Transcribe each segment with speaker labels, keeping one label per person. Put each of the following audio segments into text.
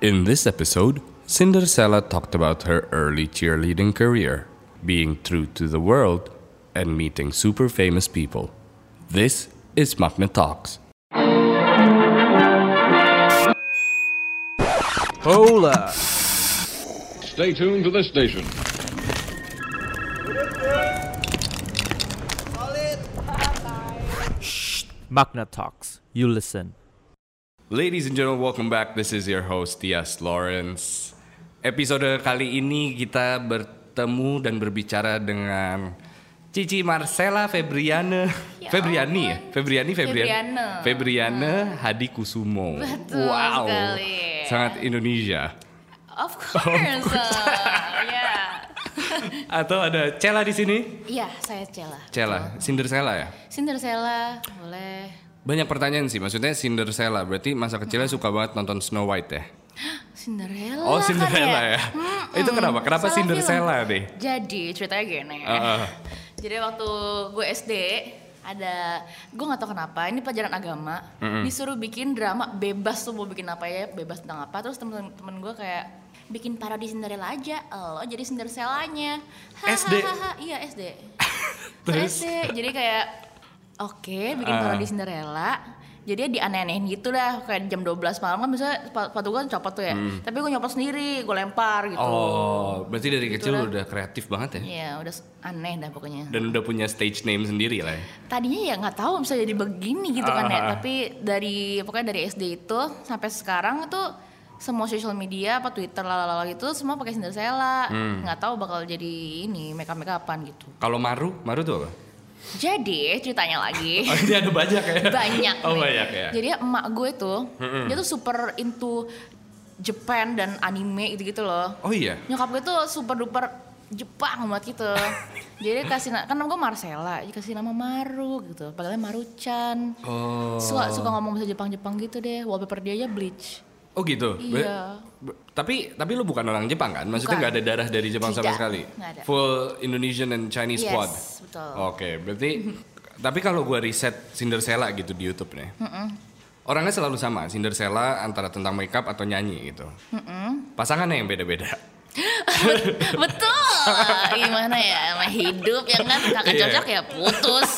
Speaker 1: In this episode, Cinderella talked about her early cheerleading career, being true to the world, and meeting super famous people. This is Magna Talks.
Speaker 2: Hola!
Speaker 3: Stay tuned to this station.
Speaker 2: Magna Talks. You listen.
Speaker 1: Ladies and gentlemen, welcome back. This is your host Tias Lawrence. Episode kali ini kita bertemu dan berbicara dengan Cici Marcella Febriane.
Speaker 4: Ya
Speaker 1: Febriani ya?
Speaker 4: ampun.
Speaker 1: Febriani Febriane.
Speaker 4: Febriane. Ah.
Speaker 1: Febriane Hadi Kusumo.
Speaker 4: Betul
Speaker 1: wow.
Speaker 4: sekali.
Speaker 1: Sangat Indonesia.
Speaker 4: Of course. uh, yeah.
Speaker 1: Atau ada Cela di sini?
Speaker 4: Iya, saya Cela.
Speaker 1: Cela, Cinderella ya?
Speaker 4: Cinderella, boleh.
Speaker 1: Banyak pertanyaan sih, maksudnya Cinderella berarti masa kecilnya suka banget nonton Snow White ya?
Speaker 4: Cinderella.
Speaker 1: Oh,
Speaker 4: kan
Speaker 1: Cinderella ya? Itu kenapa? Kenapa
Speaker 4: Salah
Speaker 1: Cinderella
Speaker 4: film.
Speaker 1: deh?
Speaker 4: Jadi ceritanya gini.
Speaker 1: Ah, ah.
Speaker 4: Jadi waktu gue SD ada gue nggak tahu kenapa ini pelajaran agama disuruh bikin drama bebas tuh mau bikin apa ya bebas tentang apa terus temen-temen gue kayak bikin parodi Cinderella aja lo jadi Cinderellanya
Speaker 1: SD?
Speaker 4: Hahaha, iya SD
Speaker 1: Terus?
Speaker 4: terus Iya jadi kayak oke bikin
Speaker 1: Ah.
Speaker 4: parodi Cinderella jadi dianeh-anehin gitu dah kayak jam 12 malam kan biasanya sepa- sepatu gue copot tuh ya tapi gue nyopot sendiri gue lempar gitu
Speaker 1: Hmm. Oh, berarti dari kecil
Speaker 4: dah.
Speaker 1: udah kreatif banget ya?
Speaker 4: Iya udah s- aneh dah pokoknya
Speaker 1: Dan udah punya stage name sendiri lah ya?
Speaker 4: tadinya ya nggak tahu bisa jadi begini gitu kan ya
Speaker 1: Ah.
Speaker 4: tapi dari pokoknya dari SD itu sampai sekarang itu semua social media apa Twitter lalala gitu semua pakai Cinderella
Speaker 1: Hmm.
Speaker 4: nggak tahu bakal jadi ini make up make upan gitu
Speaker 1: Kalau Maru, Maru tuh apa?
Speaker 4: jadi ceritanya lagi
Speaker 1: Oh, ini ada banyak ya?
Speaker 4: banyak
Speaker 1: Oh,
Speaker 4: nih.
Speaker 1: banyak ya?
Speaker 4: jadi emak gue tuh dia tuh super into Japan dan anime gitu gitu loh
Speaker 1: Oh iya?
Speaker 4: nyokap gue tuh super duper Jepang banget gitu jadi kasih na- kan nama gue Marcella dikasih nama Maru gitu padahal Maruchan
Speaker 1: Oh,
Speaker 4: suka suka ngomong bahasa Jepang-Jepang gitu deh wallpaper dia aja bleach
Speaker 1: oh gitu? Ber-
Speaker 4: Iya.
Speaker 1: ber- tapi tapi lu bukan orang Jepang kan? Maksudnya
Speaker 4: Bukan.
Speaker 1: nggak ada darah dari Jepang sama
Speaker 4: Tidak,
Speaker 1: sekali?
Speaker 4: nggak ada.
Speaker 1: Full Indonesian and Chinese
Speaker 4: Yes,
Speaker 1: squad?
Speaker 4: betul.
Speaker 1: Oke, berarti... tapi kalau gua riset Cinderella gitu di Youtube nih... Orangnya selalu sama, Cinderella antara tentang makeup atau nyanyi gitu. Pasangannya yang beda-beda.
Speaker 4: betul gimana ya sama hidup ya kan kakak
Speaker 1: Iya.
Speaker 4: cocok ya putus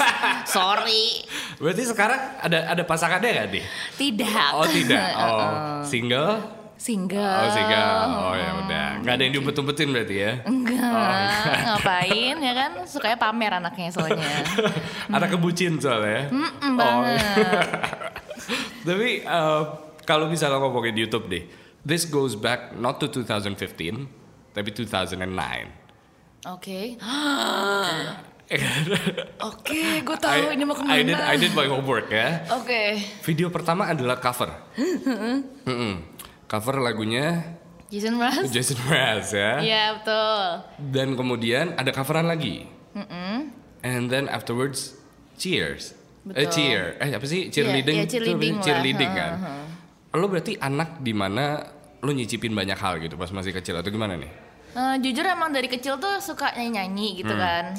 Speaker 4: sorry
Speaker 1: Berarti sekarang ada ada pasangannya nggak deh?
Speaker 4: tidak
Speaker 1: Oh tidak. Oh
Speaker 4: Uh-uh.
Speaker 1: single?
Speaker 4: single
Speaker 1: Oh single. Oh ya udah. Gak ada yang diumpet-umpetin berarti ya?
Speaker 4: Uh-uh. enggak ngapain ya kan sukanya pamer anaknya soalnya
Speaker 1: Ada kebucin soalnya.
Speaker 4: Mm-mm,
Speaker 1: Oh.
Speaker 4: banget.
Speaker 1: Tapi eh, kalau misalnya ngomongin di YouTube deh, this goes back not to 2015, tapi 2009.
Speaker 4: oke
Speaker 1: I-
Speaker 4: oke gue tahu Oh, ini mau kemana
Speaker 1: I did, I did my homework ya.
Speaker 4: oke
Speaker 1: Video pertama adalah cover. Mm-mm. Cover lagunya
Speaker 4: Jason Mraz
Speaker 1: Jason Mraz ya.
Speaker 4: Iya betul
Speaker 1: Dan kemudian ada coveran lagi. And then afterwards cheers. Eh,
Speaker 4: Betul.
Speaker 1: cheer. Eh apa sih cheerleading?
Speaker 4: Iya, iya,
Speaker 1: Itu
Speaker 4: cheerleading
Speaker 1: namanya
Speaker 4: lah.
Speaker 1: cheerleading kan. Lo berarti anak di mana lo nyicipin banyak hal gitu pas masih kecil atau gimana nih?
Speaker 4: Eh, jujur emang dari kecil tuh suka nyanyi gitu kan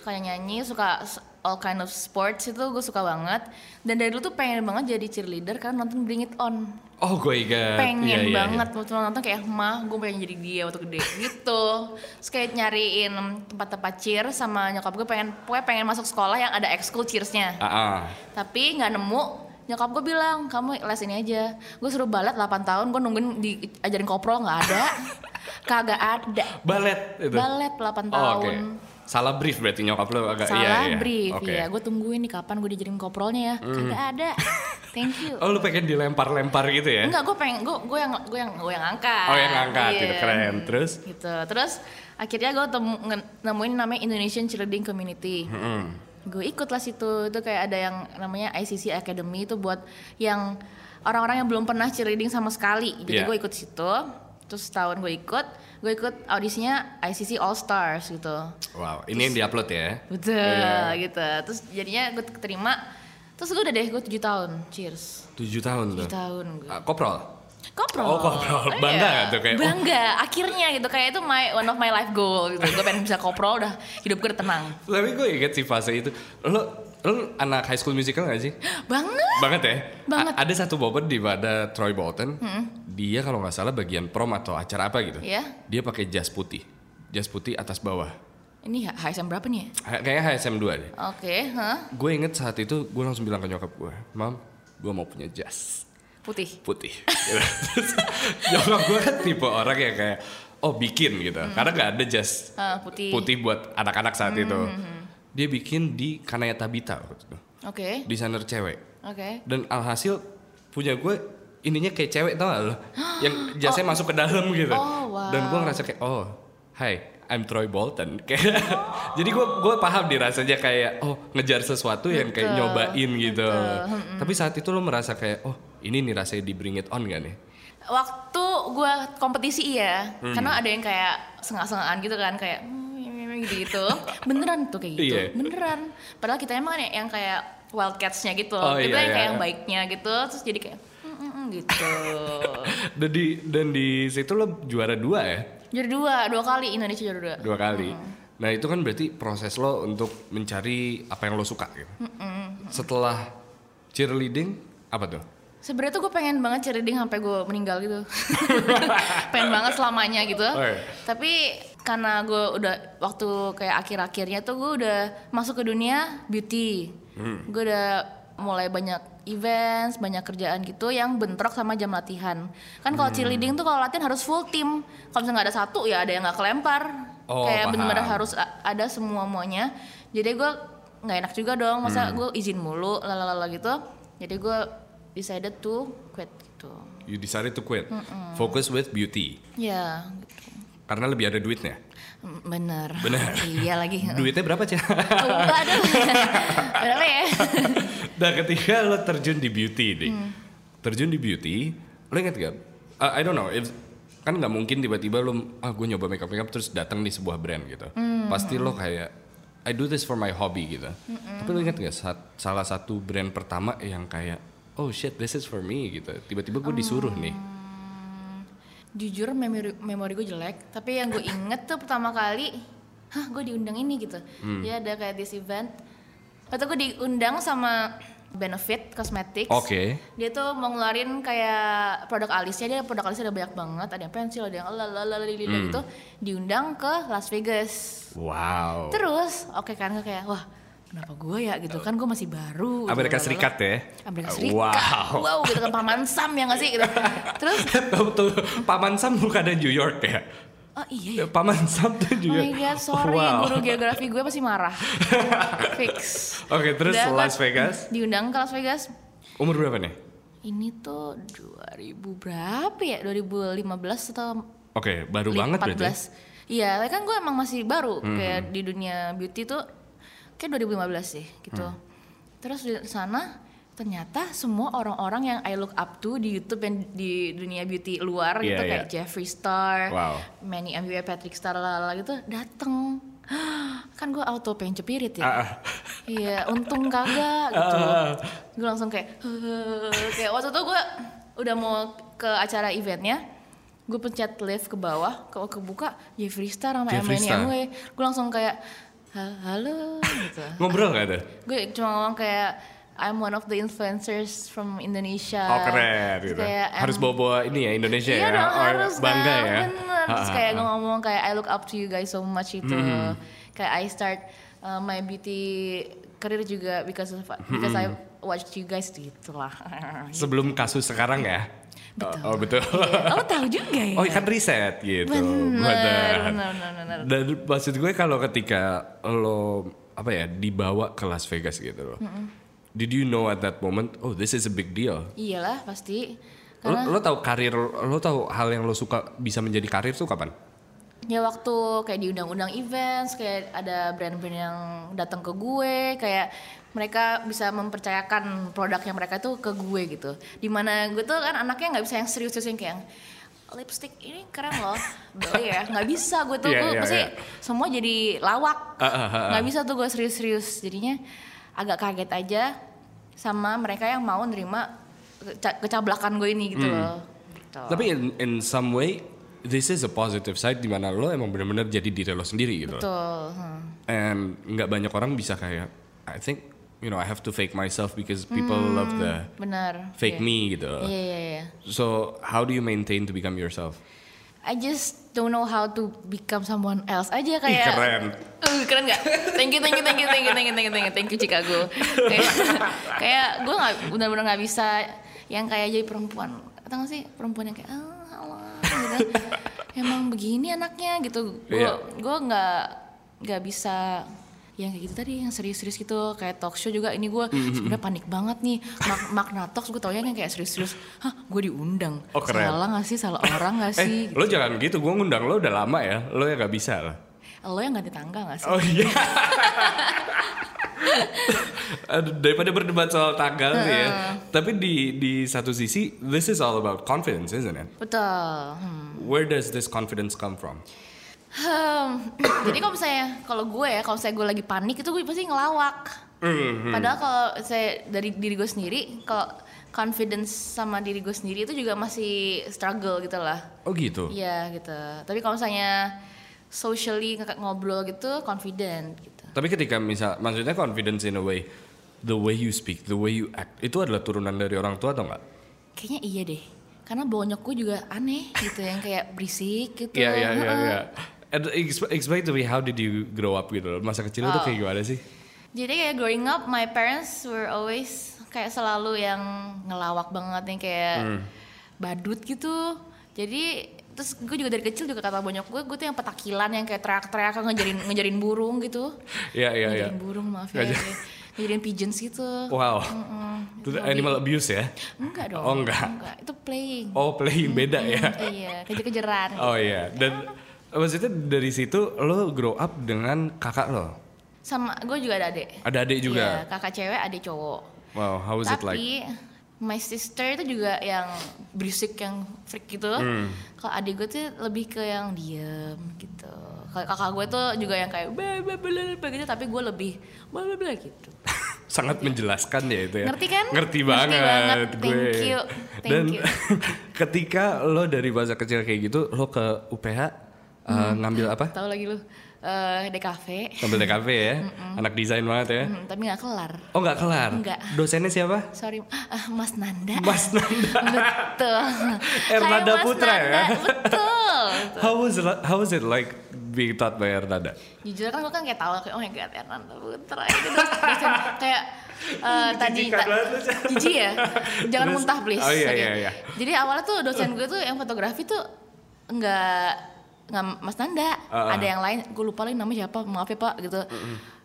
Speaker 4: suka nyanyi suka s- all kind of sports itu gue suka banget dan dari dulu tuh pengen banget jadi cheerleader karena nonton Bring It On
Speaker 1: Oh gue ingat.
Speaker 4: pengen
Speaker 1: Iya, iya,
Speaker 4: banget waktu nonton kayak mah gue pengen jadi dia waktu gede gitu terus kayak nyariin tempat-tempat cheer sama nyokap gue pengen pokoknya pengen masuk sekolah yang ada ekskul cheersnya
Speaker 1: Iya. Ah, ah.
Speaker 4: tapi nggak nemu nyokap gue bilang kamu les ini aja gue suruh balet 8 tahun gue nungguin diajarin koprol nggak ada kagak ada
Speaker 1: Balet itu.
Speaker 4: balet 8 tahun
Speaker 1: Gitu. Oh, oke. Salah brief berarti nyokap lo agak
Speaker 4: salah
Speaker 1: iya iya.
Speaker 4: brief
Speaker 1: Oke. Mm-hmm.
Speaker 4: ya gue tungguin nih kapan gue diajarin koprolnya ya kagak ada thank you
Speaker 1: Oh lu pengen dilempar-lempar gitu ya?
Speaker 4: Enggak, gue pengen gue gue yang gue yang gue yang angkat.
Speaker 1: Oh yang angkat gitu
Speaker 4: Iya.
Speaker 1: keren. Terus?
Speaker 4: Gitu. Terus akhirnya gue temu- nge- nemuin namanya Indonesian Cheerleading Community. Gue ikut lah situ. Itu kayak ada yang namanya ICC Academy itu buat yang orang-orang yang belum pernah cheerleading sama sekali.
Speaker 1: Iya.
Speaker 4: Jadi gue ikut situ. Terus setahun gue ikut, gue ikut audisinya ICC All Stars gitu.
Speaker 1: Wow ini yang diupload ya?
Speaker 4: Betul gitu. Terus jadinya gue keterima. Terus gue udah deh, gue 7 tahun. Cheers.
Speaker 1: 7 tahun tuh.
Speaker 4: 7 tahun gue.
Speaker 1: Ah, Koprol?
Speaker 4: Koprol.
Speaker 1: Oh, koprol.
Speaker 4: Iya.
Speaker 1: Bangga nggak tuh kayak, oh.
Speaker 4: Bangga. Akhirnya gitu kayak itu my one of my life goal gitu. gue pengen bisa koprol udah hidup gue udah tenang.
Speaker 1: Tapi gue inget sih fase itu. Lo Lu anak High School Musical gak sih?
Speaker 4: Banget.
Speaker 1: Banget ya?
Speaker 4: Banget. Hmm.
Speaker 1: A- ada satu bobot di pada Troy Bolton. Dia kalau nggak salah bagian prom atau acara apa gitu.
Speaker 4: Iya.
Speaker 1: Dia pakai jas putih. Jas putih atas bawah.
Speaker 4: Ini HSM berapa nih ya?
Speaker 1: H- Kayaknya HSM 2 deh.
Speaker 4: Oke, hah?
Speaker 1: Gue inget saat itu gue langsung bilang ke nyokap gue. Mam, gue mau punya jas
Speaker 4: Putih.
Speaker 1: putih. Gitu. Terus nyokap gue kan tipe orang yang kayak, oh bikin gitu. Karena nggak ada jas
Speaker 4: Ah, Hmm. putih. Hmm,
Speaker 1: putih buat anak-anak saat itu. Dia bikin di Kanaya Tabita. waktu itu.
Speaker 4: Oke.
Speaker 1: Desainer cewek.
Speaker 4: Oke.
Speaker 1: dan alhasil punya gue ininya kayak cewek tau gak lo yang jasnya masuk ke dalam gitu
Speaker 4: Oh, wow.
Speaker 1: dan gue ngerasa kayak oh hi I'm Troy Bolton kayak
Speaker 4: Oh.
Speaker 1: jadi gue gue paham di rasanya kayak oh ngejar sesuatu yang kayak nyobain gitu tapi saat itu lo merasa kayak oh ini nih rasanya di Bring It On gak nih
Speaker 4: Waktu gue kompetisi iya,
Speaker 1: Hmm.
Speaker 4: karena ada yang kayak sengak-sengakan gitu kan, kayak gitu. Beneran tuh kayak gitu.
Speaker 1: Iya.
Speaker 4: Beneran. Padahal kita emang kan ya, yang, yang kayak wildcats-nya gitu.
Speaker 1: Oh, iya,
Speaker 4: kita yang kayak
Speaker 1: iya.
Speaker 4: yang baiknya gitu, terus jadi kayak "Mm, mm, mm," gitu.
Speaker 1: dan di dan di situ lo juara dua ya
Speaker 4: juara dua, dua kali Indonesia juara dua.
Speaker 1: dua kali nah itu kan berarti proses lo untuk mencari apa yang lo suka gitu setelah cheerleading apa tuh
Speaker 4: Sebenarnya tuh gue pengen banget cheerleading sampai gue meninggal gitu. pengen banget selamanya gitu.
Speaker 1: Oke.
Speaker 4: Tapi karena gue udah waktu kayak akhir-akhirnya tuh gue udah masuk ke dunia beauty. Gue udah mulai banyak events, banyak kerjaan gitu yang bentrok sama jam latihan. Kan kalau cheerleading tuh kalau latihan harus full team. Kalau misalnya nggak ada satu ya ada yang nggak kelempar.
Speaker 1: Oh,
Speaker 4: kayak
Speaker 1: paham.
Speaker 4: bener-bener harus a- ada semua muanya. Jadi gue nggak enak juga dong,
Speaker 1: Hmm.
Speaker 4: masa gue izin mulu, lalala gitu. Jadi gue decided to quit gitu.
Speaker 1: You decided to quit. Focus with beauty.
Speaker 4: Ya,
Speaker 1: Karena lebih ada duitnya.
Speaker 4: Mm, Bener.
Speaker 1: Bener.
Speaker 4: iya lagi.
Speaker 1: Duitnya berapa, Cah?
Speaker 4: Coba aduh. Berapa ya?
Speaker 1: nah, ketika lo terjun di beauty nih.
Speaker 4: Hmm.
Speaker 1: Terjun di beauty, lo inget gak? Uh, I don't know, if, kan nggak mungkin tiba-tiba lo, ah gue nyoba makeup makeup terus datang di sebuah brand gitu.
Speaker 4: Hmm.
Speaker 1: Pasti lo kayak, I do this for my hobby gitu. Tapi lo inget gak sa- salah satu brand pertama yang kayak, oh shit this is for me gitu. Tiba-tiba gue disuruh nih.
Speaker 4: Jujur memori, memori gue jelek, tapi yang gue inget tuh pertama kali, hah gue diundang ini gitu.
Speaker 1: Hmm.
Speaker 4: Ya ada kayak this event. Atau gue diundang sama Benefit Cosmetics.
Speaker 1: Oke.
Speaker 4: Dia tuh mau ngeluarin kayak produk alisnya, dia produk alisnya ada banyak banget, ada yang pensil, ada yang lalalala
Speaker 1: Hmm.
Speaker 4: gitu. Diundang ke Las Vegas.
Speaker 1: Wow.
Speaker 4: Oh. Terus, oke kan gue kayak, wah kenapa gue ya gitu kan gue masih baru. gitu,
Speaker 1: Amerika
Speaker 4: lalalala.
Speaker 1: Serikat ya?
Speaker 4: Amerika Serikat.
Speaker 1: Wow.
Speaker 4: Wow, gitu kan paman Sam ya nggak sih? Gitu. Terus,
Speaker 1: Tahu tuh Paman Sam bukan ada New York ya?
Speaker 4: oh iya ya.
Speaker 1: Paman Sam tuh
Speaker 4: Oh
Speaker 1: juga.
Speaker 4: my god, sorry
Speaker 1: Wow.
Speaker 4: guru geografi gue pasti marah. Fix.
Speaker 1: Oke, terus
Speaker 4: Udah,
Speaker 1: Las
Speaker 4: kan,
Speaker 1: Vegas.
Speaker 4: Diundang ke Las Vegas.
Speaker 1: Umur berapa nih?
Speaker 4: Ini tuh 2000 berapa ya? 2015 atau
Speaker 1: Oke, baru banget berarti. ya? Hmm.
Speaker 4: 14. Iya, kan gue emang masih baru kayak di dunia beauty tuh kayak 2015 sih gitu.
Speaker 1: Hmm.
Speaker 4: Terus di sana ternyata semua orang-orang yang I look up to di YouTube yang di dunia beauty luar gitu
Speaker 1: Iya,
Speaker 4: kayak
Speaker 1: iya.
Speaker 4: Jeffree Star,
Speaker 1: Wow.
Speaker 4: Manny MUA, Patrick Star lala gitu dateng. kan gue auto pengen cepirit ya.
Speaker 1: Ah, ah.
Speaker 4: Iya, untung kagak gitu. Gue langsung kayak, kayak waktu itu gue udah mau ke acara eventnya, gue pencet lift ke bawah, ke kebuka Jeffree Star sama
Speaker 1: Jeffree
Speaker 4: Emily
Speaker 1: Star.
Speaker 4: Amway. Gue langsung kayak, "Ha- halo gitu.
Speaker 1: Ngobrol gak tuh?
Speaker 4: gue cuma ngomong kayak, I'm one of the influencers from Indonesia.
Speaker 1: Oh keren
Speaker 4: Terus
Speaker 1: gitu.
Speaker 4: kayak,
Speaker 1: Harus
Speaker 4: "Em,
Speaker 1: bawa-bawa ini ya Indonesia
Speaker 4: Iya
Speaker 1: ya.
Speaker 4: dong
Speaker 1: Oh,
Speaker 4: harus
Speaker 1: bangga
Speaker 4: dong,
Speaker 1: ya.
Speaker 4: Bener.
Speaker 1: Ah,
Speaker 4: Terus
Speaker 1: ah,
Speaker 4: kayak
Speaker 1: ah.
Speaker 4: gue ngomong kayak I look up to you guys so much itu.
Speaker 1: Mm-hmm.
Speaker 4: Kayak I start uh, my beauty career juga because of, because I
Speaker 1: Mm-hmm.
Speaker 4: watched you guys gitu lah.
Speaker 1: Sebelum kasus sekarang ya.
Speaker 4: Betul.
Speaker 1: Oh, oh, betul.
Speaker 4: Iya. Oh tahu juga ya.
Speaker 1: Oh kan riset gitu.
Speaker 4: Bener, bener, bener, bener.
Speaker 1: Dan maksud gue kalau ketika lo apa ya dibawa ke Las Vegas gitu loh. Did you know at that moment, oh this is a big deal?
Speaker 4: Iyalah pasti.
Speaker 1: Lo,
Speaker 4: Karena
Speaker 1: lo tahu karir, lo tahu hal yang lo suka bisa menjadi karir tuh kapan?
Speaker 4: ya waktu kayak diundang-undang events, kayak ada brand-brand yang datang ke gue, kayak mereka bisa mempercayakan produknya mereka tuh ke gue gitu. Dimana gue tuh kan anaknya nggak bisa yang serius-serius yang kayak yang, lipstick ini keren loh, beli ya. Nggak bisa gue tuh,
Speaker 1: Iya,
Speaker 4: gue
Speaker 1: iya,
Speaker 4: pasti
Speaker 1: iya.
Speaker 4: semua jadi lawak.
Speaker 1: Ah, ah, ah,
Speaker 4: Nggak bisa tuh gue serius-serius, jadinya agak kaget aja sama mereka yang mau nerima keca- kecablakan gue ini gitu loh. Gitu.
Speaker 1: Hmm. Tapi in, in some way, this is a positive side dimana lo emang benar-benar jadi diri lo sendiri gitu. loh.
Speaker 4: Betul. hmm.
Speaker 1: And nggak banyak orang bisa kayak, I think you know I have to fake myself because people love the
Speaker 4: benar
Speaker 1: Eh, fake
Speaker 4: Iya.
Speaker 1: me gitu.
Speaker 4: iya iya iya
Speaker 1: So how do you maintain to become yourself?
Speaker 4: I just don't know how to become someone else
Speaker 1: Ih,
Speaker 4: aja kayak
Speaker 1: keren.
Speaker 4: Eh, keren gak? Thank you, thank you, thank you, thank you, thank you, thank you, thank you, thank you Chicago. Kayak, kayak gue nggak benar-benar nggak bisa yang kayak jadi perempuan. Tahu nggak sih perempuan yang kayak ah Allah gitu. Emang begini anaknya gitu. Gue
Speaker 1: Iya.
Speaker 4: gue nggak nggak bisa yang kayak gitu tadi yang serius-serius gitu kayak talk show juga ini gue
Speaker 1: Mhm,
Speaker 4: sebenarnya panik banget nih Mak- makna talks gue taunya yang kayak serius-serius hah gue diundang
Speaker 1: Oh, keren.
Speaker 4: salah nggak sih salah orang nggak
Speaker 1: Eh,
Speaker 4: sih
Speaker 1: lo jangan gitu. Gue ngundang lo udah lama ya. Lo ya gak bisa lah.
Speaker 4: lo yang ganti tangga gak sih?
Speaker 1: Oh iya. Aduh, Daripada berdebat soal tanggal sih ya. Tapi di di satu sisi, this is all about confidence, isn't it?
Speaker 4: Betul. Hmm.
Speaker 1: Where does this confidence come from?
Speaker 4: Hmm, Jadi kalau misalnya kalau gue ya kalau saya gue lagi panik itu gue pasti ngelawak.
Speaker 1: Mm-hmm.
Speaker 4: Padahal kalau saya dari diri gue sendiri kalau confidence sama diri gue sendiri itu juga masih struggle gitu lah.
Speaker 1: Oh gitu.
Speaker 4: Iya gitu. Tapi kalau misalnya socially ngek- ngobrol gitu confident gitu.
Speaker 1: Tapi ketika misal, maksudnya confidence in a way, the way you speak, the way you act, itu adalah turunan dari orang tua atau enggak?
Speaker 4: Kayaknya iya deh. Karena bonyok gue juga aneh gitu yang kayak berisik gitu.
Speaker 1: Iya iya iya.
Speaker 4: Heeh.
Speaker 1: iya.
Speaker 4: Uh-huh.
Speaker 1: And exp- Explain to me how did you grow up gitu loh. Masa kecil lo tuh
Speaker 4: Oh.
Speaker 1: kayak gimana sih?
Speaker 4: Jadi kayak growing up, my parents were always kayak selalu yang ngelawak banget yang kayak
Speaker 1: Hmm.
Speaker 4: badut gitu. Jadi terus gue juga dari kecil juga kata bonyok gue, gue tuh yang petakilan yang kayak teriak-teriak ngejarin ngejarin burung gitu.
Speaker 1: Iya iya iya.
Speaker 4: ngejarin burung maaf ya.
Speaker 1: Ngajar-
Speaker 4: kayak Ngejarin pigeons gitu.
Speaker 1: Wow.
Speaker 4: Mm-mm.
Speaker 1: Itu animal abuse ya?
Speaker 4: Enggak dong.
Speaker 1: Oh, enggak.
Speaker 4: Itu playing.
Speaker 1: Oh, playing beda ya.
Speaker 4: iya, kejar-kejaran.
Speaker 1: Oh iya, dan maksudnya dari situ lo grow up dengan kakak lo.
Speaker 4: Sama gue juga ada adik.
Speaker 1: Ada adik
Speaker 4: Iya,
Speaker 1: juga.
Speaker 4: kakak cewek, adik cowok.
Speaker 1: Wow, how was it like?
Speaker 4: Tapi my sister itu juga yang berisik yang freak gitu.
Speaker 1: Hmm.
Speaker 4: Kalau adik gue tuh lebih ke yang diem gitu. Kalau kakak gue tuh juga yang kayak "Ba, ba, bla, bla," gitu tapi gue lebih bla bla bla gitu.
Speaker 1: Sangat menjelaskan ya itu ya.
Speaker 4: Ngerti kan?
Speaker 1: Ngerti
Speaker 4: Ngerti
Speaker 1: banget.
Speaker 4: banget.
Speaker 1: gue.
Speaker 4: Thank you. Thank
Speaker 1: Dan
Speaker 4: you.
Speaker 1: ketika lo dari masa kecil kayak gitu, lo ke UPH eh, ngambil apa?
Speaker 4: Tahu lagi lu eh DKV.
Speaker 1: Ngambil TKP ya. Anak desain banget ya.
Speaker 4: Hmm, tapi nggak kelar.
Speaker 1: Oh nggak kelar?
Speaker 4: Nggak.
Speaker 1: Dosennya siapa?
Speaker 4: Sorry, ah, Mas Nanda.
Speaker 1: Mas Nanda.
Speaker 4: Betul.
Speaker 1: Ernada
Speaker 4: Hai, Mas
Speaker 1: Putra ya?
Speaker 4: Nanda. Betul.
Speaker 1: How was it, how was it like being taught by Ernada?
Speaker 4: jujur kan gue kan kayak tawa kayak oh my god Ernanda Putra itu terus dosen kayak eh, tadi
Speaker 1: Menjijikan banget lu, Cak.
Speaker 4: jijik ya jangan
Speaker 1: Terus-
Speaker 4: muntah please
Speaker 1: oh, iya,
Speaker 4: Oke.
Speaker 1: iya, iya.
Speaker 4: jadi awalnya tuh dosen gue tuh yang fotografi tuh nggak nggak Mas Nanda
Speaker 1: Ah.
Speaker 4: ada yang lain gue lupa lagi namanya siapa maaf ya pak gitu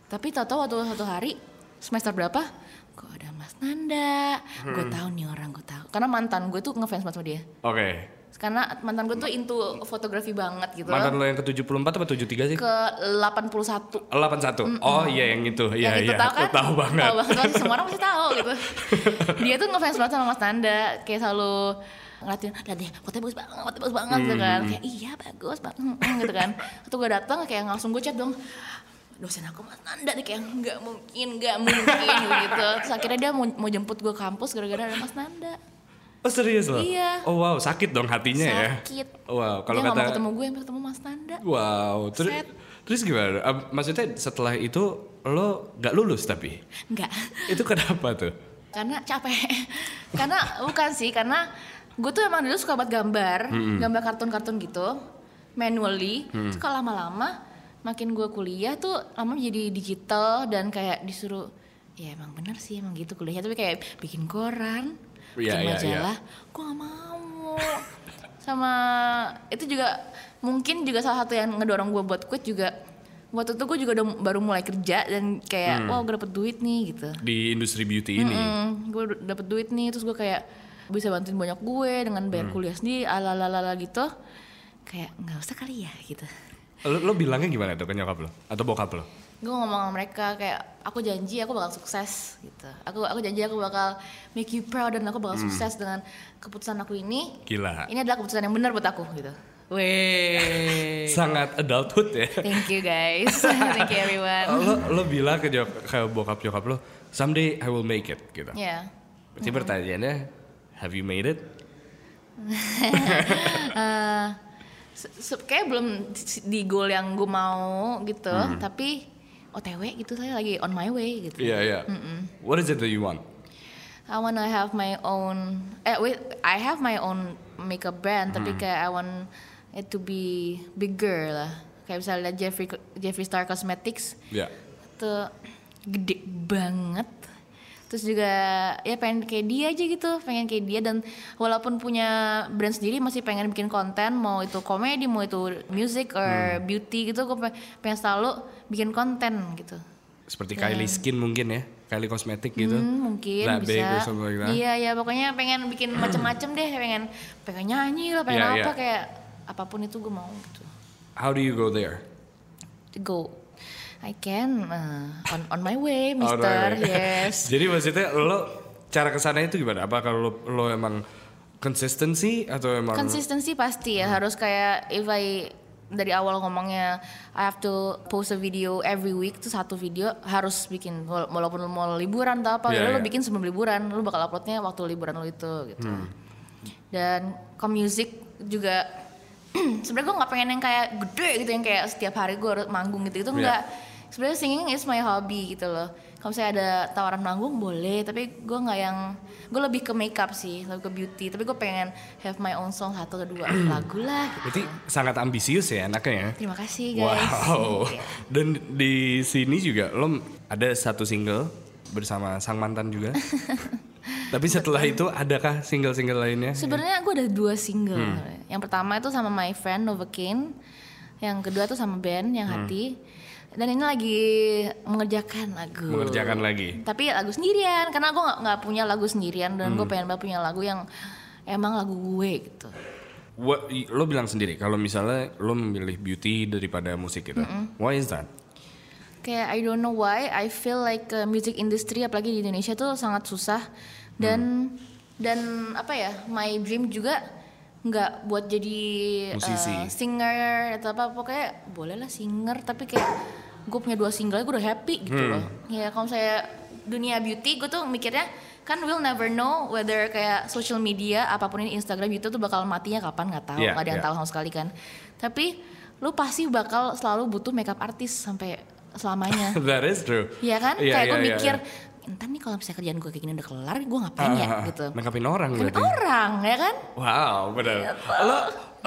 Speaker 4: tapi tau-tau waktu satu hari semester berapa kok ada Mas Nanda
Speaker 1: Hmm.
Speaker 4: gue tahu nih orang gue tahu karena mantan gue tuh ngefans banget sama dia
Speaker 1: Oke.
Speaker 4: karena mantan gue tuh into fotografi banget gitu
Speaker 1: Mantan lo yang ke-74 atau 73 sih?
Speaker 4: ke 81
Speaker 1: 81. Oh iya yang itu. Iya
Speaker 4: yang itu
Speaker 1: iya.
Speaker 4: tahu kan?
Speaker 1: Aku tahu banget.
Speaker 4: Tahu banget pasti semua orang pasti tahu gitu. Dia tuh ngefans banget sama Mas Nanda, kayak selalu ngeliatin, lihat deh, fotonya bagus banget, fotonya bagus banget gitu kan.
Speaker 1: Hmm.
Speaker 4: Kayak iya bagus banget mm, mm," gitu kan. Waktu gue datang kayak langsung gue chat dong, dosen aku Mas Nanda deh kayak nggak mungkin, nggak mungkin gitu. Terus akhirnya dia mau, mau jemput gue kampus gara-gara ada Mas Nanda.
Speaker 1: Oh serius loh?
Speaker 4: Iya.
Speaker 1: Oh wow, sakit dong hatinya ya.
Speaker 4: Sakit.
Speaker 1: Wow, kalau
Speaker 4: dia nggak
Speaker 1: kata
Speaker 4: mau ketemu gue, yang ketemu Mas Nanda.
Speaker 1: Wow, terus
Speaker 4: Set.
Speaker 1: terus gimana? Ab- Maksudnya setelah itu lo nggak lulus tapi
Speaker 4: Enggak.
Speaker 1: itu kenapa tuh?
Speaker 4: karena capek karena bukan sih karena gue tuh emang dulu suka buat gambar gambar kartun-kartun gitu manually terus kalau lama-lama makin gue kuliah tuh lama jadi digital dan kayak disuruh ya emang bener sih emang gitu kuliahnya tapi kayak bikin koran bikin
Speaker 1: Iya, iya,
Speaker 4: majalah gue gak mau sama itu juga mungkin juga salah satu yang ngedorong gue buat quit juga waktu itu gue juga udah baru mulai kerja dan kayak
Speaker 1: Mm.
Speaker 4: wow gue dapet duit nih gitu
Speaker 1: Di industri beauty ini.
Speaker 4: gue dapet duit nih terus gue kayak bisa bantuin banyak gue dengan bayar kuliah sendiri ala ala ala gitu kayak nggak usah kali ya gitu
Speaker 1: Lo, lo bilangnya gimana tuh ke nyokap lo atau bokap lo?
Speaker 4: gue ngomong sama mereka kayak aku janji aku bakal sukses gitu aku aku janji aku bakal make you proud dan aku bakal sukses dengan keputusan aku ini
Speaker 1: Mm. Gila.
Speaker 4: ini adalah keputusan yang benar buat aku gitu weh
Speaker 1: Sangat adulthood ya.
Speaker 4: thank you guys thank you everyone
Speaker 1: lo lo bilang ke, nyok- ke bokap nyokap lo, someday I will make it gitu.
Speaker 4: ya
Speaker 1: Berarti pertanyaannya, have you made it?
Speaker 4: Eh, se- se- kayak belum di, di goal yang gue mau gitu tapi OTW gitu saya lagi on my way gitu.
Speaker 1: Iya, iya. What is it that you want?
Speaker 4: I wanna have my own eh wait I have my own makeup brand tapi kayak I want it to be bigger lah. Kayak misalnya Jeffrey Jeffrey Star Cosmetics
Speaker 1: Ya.
Speaker 4: tuh gede banget terus juga ya pengen kayak dia aja gitu pengen kayak dia dan walaupun punya brand sendiri masih pengen bikin konten mau itu komedi mau itu music or
Speaker 1: Hmm.
Speaker 4: beauty gitu gue pengen selalu bikin konten gitu
Speaker 1: Seperti Kylie Skin mungkin ya, Kylie kosmetik gitu.
Speaker 4: Hmm, mungkin
Speaker 1: That big or
Speaker 4: bisa
Speaker 1: something like that.
Speaker 4: iya iya pokoknya pengen bikin macem-macem deh pengen pengen nyanyi lah pengen
Speaker 1: Iya,
Speaker 4: apa
Speaker 1: iya.
Speaker 4: kayak apapun itu gue mau gitu
Speaker 1: How do you go there?
Speaker 4: go I can uh, on on my way
Speaker 1: Oh,
Speaker 4: Mister
Speaker 1: right, right.
Speaker 4: yes
Speaker 1: Jadi maksudnya lo cara kesana itu gimana? Apa kalau lo, lo emang konsistensi atau emang
Speaker 4: Konsistensi pasti ya harus kayak if I dari awal ngomongnya I have to post a video every week tuh satu video harus bikin wala- walaupun lu mau liburan atau apa
Speaker 1: Iya,
Speaker 4: ya lo
Speaker 1: iya.
Speaker 4: bikin sebelum liburan lu bakal uploadnya waktu liburan lo itu gitu
Speaker 1: Hmm.
Speaker 4: dan ke music juga sebenarnya gue nggak pengen yang kayak gede gitu yang kayak setiap hari gue harus manggung gitu gitu
Speaker 1: Iya.
Speaker 4: nggak sebenarnya singing is my hobby gitu loh kalau misalnya ada tawaran manggung boleh tapi gue nggak yang gue lebih ke makeup sih lebih ke beauty tapi gue pengen have my own song satu atau dua lagu lah gitu.
Speaker 1: berarti sangat ambisius ya anaknya ya?
Speaker 4: terima kasih Iya, guys Iya.
Speaker 1: Wow. Dan di sini juga lo ada satu single bersama sang mantan juga. Tapi setelah itu adakah single-single lainnya?
Speaker 4: sebenarnya gue ada dua single
Speaker 1: Hmm.
Speaker 4: yang pertama itu sama my friend Novocaine yang kedua tuh sama band yang
Speaker 1: Hmm.
Speaker 4: hati dan ini lagi mengerjakan lagu
Speaker 1: Mengerjakan lagi.
Speaker 4: tapi lagu sendirian karena gue nggak nggak punya lagu sendirian dan
Speaker 1: Hmm.
Speaker 4: gue pengen banget punya lagu yang emang lagu gue gitu
Speaker 1: What- i- lo bilang sendiri kalau misalnya lo memilih beauty daripada musik gitu. Why is that?
Speaker 4: kayak I don't know why I feel like uh, music industry apalagi di Indonesia tuh sangat susah dan
Speaker 1: Hmm.
Speaker 4: dan apa ya my dream juga nggak buat jadi uh,
Speaker 1: Musisi.
Speaker 4: singer atau apa pokoknya bolehlah singer tapi kayak gue punya dua single gue udah happy
Speaker 1: Hmm.
Speaker 4: gitu loh ya kalau saya dunia beauty gue tuh mikirnya kan we'll never know whether kayak social media apapun ini Instagram YouTube tuh bakal matinya kapan nggak tahu
Speaker 1: Iya,
Speaker 4: nggak ada yang
Speaker 1: iya.
Speaker 4: tahu sama sekali kan tapi lu pasti bakal selalu butuh makeup artis sampai selamanya
Speaker 1: that is true.
Speaker 4: Iya kan
Speaker 1: Iya,
Speaker 4: kayak
Speaker 1: iya,
Speaker 4: gue
Speaker 1: iya,
Speaker 4: mikir
Speaker 1: iya.
Speaker 4: entar nih kalau misalnya kerjaan gue kayak gini udah kelar gue ngapain ya
Speaker 1: Ah,
Speaker 4: gitu
Speaker 1: Makeupin orang
Speaker 4: kan
Speaker 1: berarti.
Speaker 4: orang ya kan
Speaker 1: Wow, benar.
Speaker 4: Iya,
Speaker 1: Lo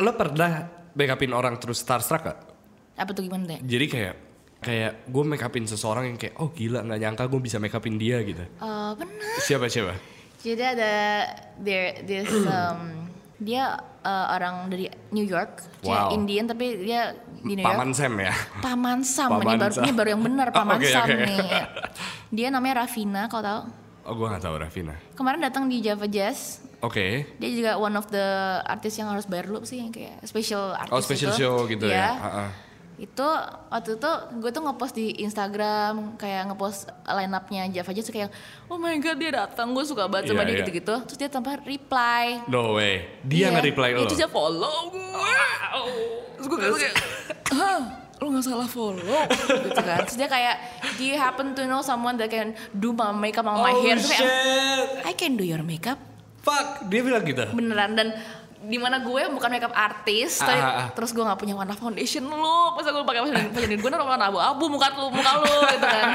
Speaker 1: lo pernah makeupin orang terus starstruck gak?
Speaker 4: apa tuh ya? gimana deh
Speaker 1: Jadi kayak kayak gue makeupin seseorang yang kayak oh gila nggak nyangka gue bisa makeupin dia gitu.
Speaker 4: Eh benar
Speaker 1: Siapa siapa?
Speaker 4: jadi ada there this um, dia eh, orang dari New York dia
Speaker 1: Wow.
Speaker 4: Indian tapi dia di New York
Speaker 1: Paman Sam ya.
Speaker 4: Paman Sam
Speaker 1: Paman
Speaker 4: ini baru
Speaker 1: Sam.
Speaker 4: ini baru yang benar
Speaker 1: Oh,
Speaker 4: Paman
Speaker 1: oke,
Speaker 4: Sam
Speaker 1: oke.
Speaker 4: nih dia namanya Rafina kau tahu
Speaker 1: Oh gue nggak tahu Rafina.
Speaker 4: kemarin datang di Java Jazz
Speaker 1: Oke.
Speaker 4: dia juga one of the artis yang harus bayar dulu sih yang kayak special artist
Speaker 1: Oh special
Speaker 4: itu.
Speaker 1: show gitu
Speaker 4: Iya.
Speaker 1: ya. Ah, ah.
Speaker 4: itu waktu itu gue tuh ngepost di Instagram kayak ngepost line upnya Java aja tuh kayak oh my god dia datang gue suka banget sama
Speaker 1: Iya,
Speaker 4: dia
Speaker 1: iya.
Speaker 4: gitu-gitu terus dia tanpa reply
Speaker 1: No way. Dia
Speaker 4: Iya.
Speaker 1: nge-reply lo.
Speaker 4: itu aja follow gue terus gue kayak hah lu gak salah follow gitu kan terus dia kayak do you happen to know someone that can do my makeup on my
Speaker 1: Oh
Speaker 4: hair Terus kayak
Speaker 1: shit.
Speaker 4: I can do your makeup
Speaker 1: Fuck. Dia bilang gitu.
Speaker 4: beneran dan dimana gue bukan makeup artis
Speaker 1: Ah,
Speaker 4: tapi-
Speaker 1: ah, ah.
Speaker 4: terus gue nggak punya warna foundation lu pas gue pakai foundation foundation gue naruh warna abu-abu muka lu muka lu gitu kan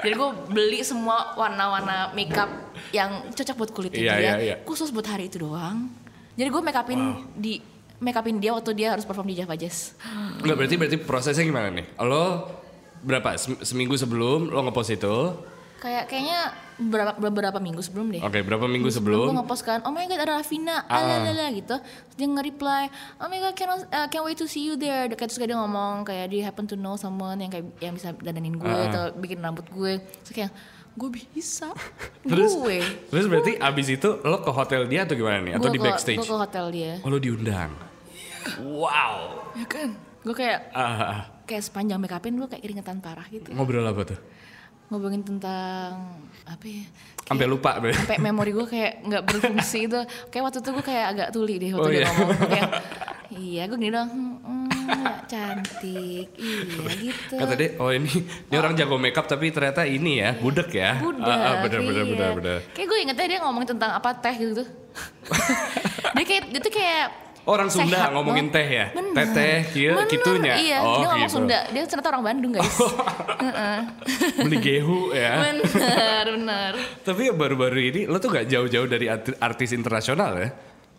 Speaker 4: jadi gue beli semua warna-warna makeup yang cocok buat kulitnya
Speaker 1: Iya,
Speaker 4: dia
Speaker 1: iya, iya.
Speaker 4: khusus buat hari itu doang jadi gue makeupin di makeupin dia waktu dia harus perform di Java Jazz
Speaker 1: Nggak berarti berarti prosesnya gimana nih? Lo berapa Sem- seminggu sebelum lo ngepost itu?
Speaker 4: kayak kayaknya beberapa beberapa minggu sebelum deh
Speaker 1: Oke berapa minggu
Speaker 4: Iya. Gue
Speaker 1: sebelum? Ah.
Speaker 4: ngepost kan, oh my god ada Rafina, alalala gitu. Terus dia nge-reply, oh my god can, uh, can't wait to see you there. Dia- Terus kayak dia ngomong kayak dia happen to know someone yang kayak yang bisa dandanin gue
Speaker 1: Ah.
Speaker 4: atau bikin rambut gue. Terus kayak gue bisa,
Speaker 1: Terus,
Speaker 4: gue.
Speaker 1: terus berarti abis itu lo ke hotel dia atau gimana nih? Atau
Speaker 4: Gue
Speaker 1: di
Speaker 4: ke-
Speaker 1: backstage?
Speaker 4: Gue ke hotel dia.
Speaker 1: Oh lo diundang? Wow.
Speaker 4: Ya kan? Gue kayak
Speaker 1: Ah, ah, ah.
Speaker 4: kayak sepanjang make upin gue kayak keringetan parah gitu.
Speaker 1: ngobrol apa tuh?
Speaker 4: Ngomongin tentang apa ya? Kayak-
Speaker 1: Sampai lupa berarti.
Speaker 4: sampai memori gue kayak nggak berfungsi itu kayak waktu itu gue kayak agak tuli deh waktu
Speaker 1: Oh,
Speaker 4: dia
Speaker 1: iya.
Speaker 4: ngomong Gua kayak iya gue gini dong hmm, hmm, cantik iya gitu
Speaker 1: Kata dia, oh ini ini orang jago makeup tapi ternyata ini ya budek ya.
Speaker 4: budak
Speaker 1: Ah, ah, bener, bener,
Speaker 4: iya.
Speaker 1: bener, bener.
Speaker 4: kayak gue ingetnya dia ngomong tentang apa teh gitu dia kayak dia tuh kayak
Speaker 1: Oh, Orang Sunda
Speaker 4: sehat
Speaker 1: ngomongin
Speaker 4: banget.
Speaker 1: teh ya?
Speaker 4: Bener.
Speaker 1: Teteh, kieu,
Speaker 4: Bener,
Speaker 1: kitunya?
Speaker 4: Iya,
Speaker 1: Oh,
Speaker 4: dia ngomong
Speaker 1: gitu.
Speaker 4: Sunda. Dia ternyata orang Bandung, guys. Heeh.
Speaker 1: Beli gehu ya.
Speaker 4: bener, bener.
Speaker 1: Tapi ya baru-baru ini lo tuh gak jauh-jauh dari arti- artis internasional ya.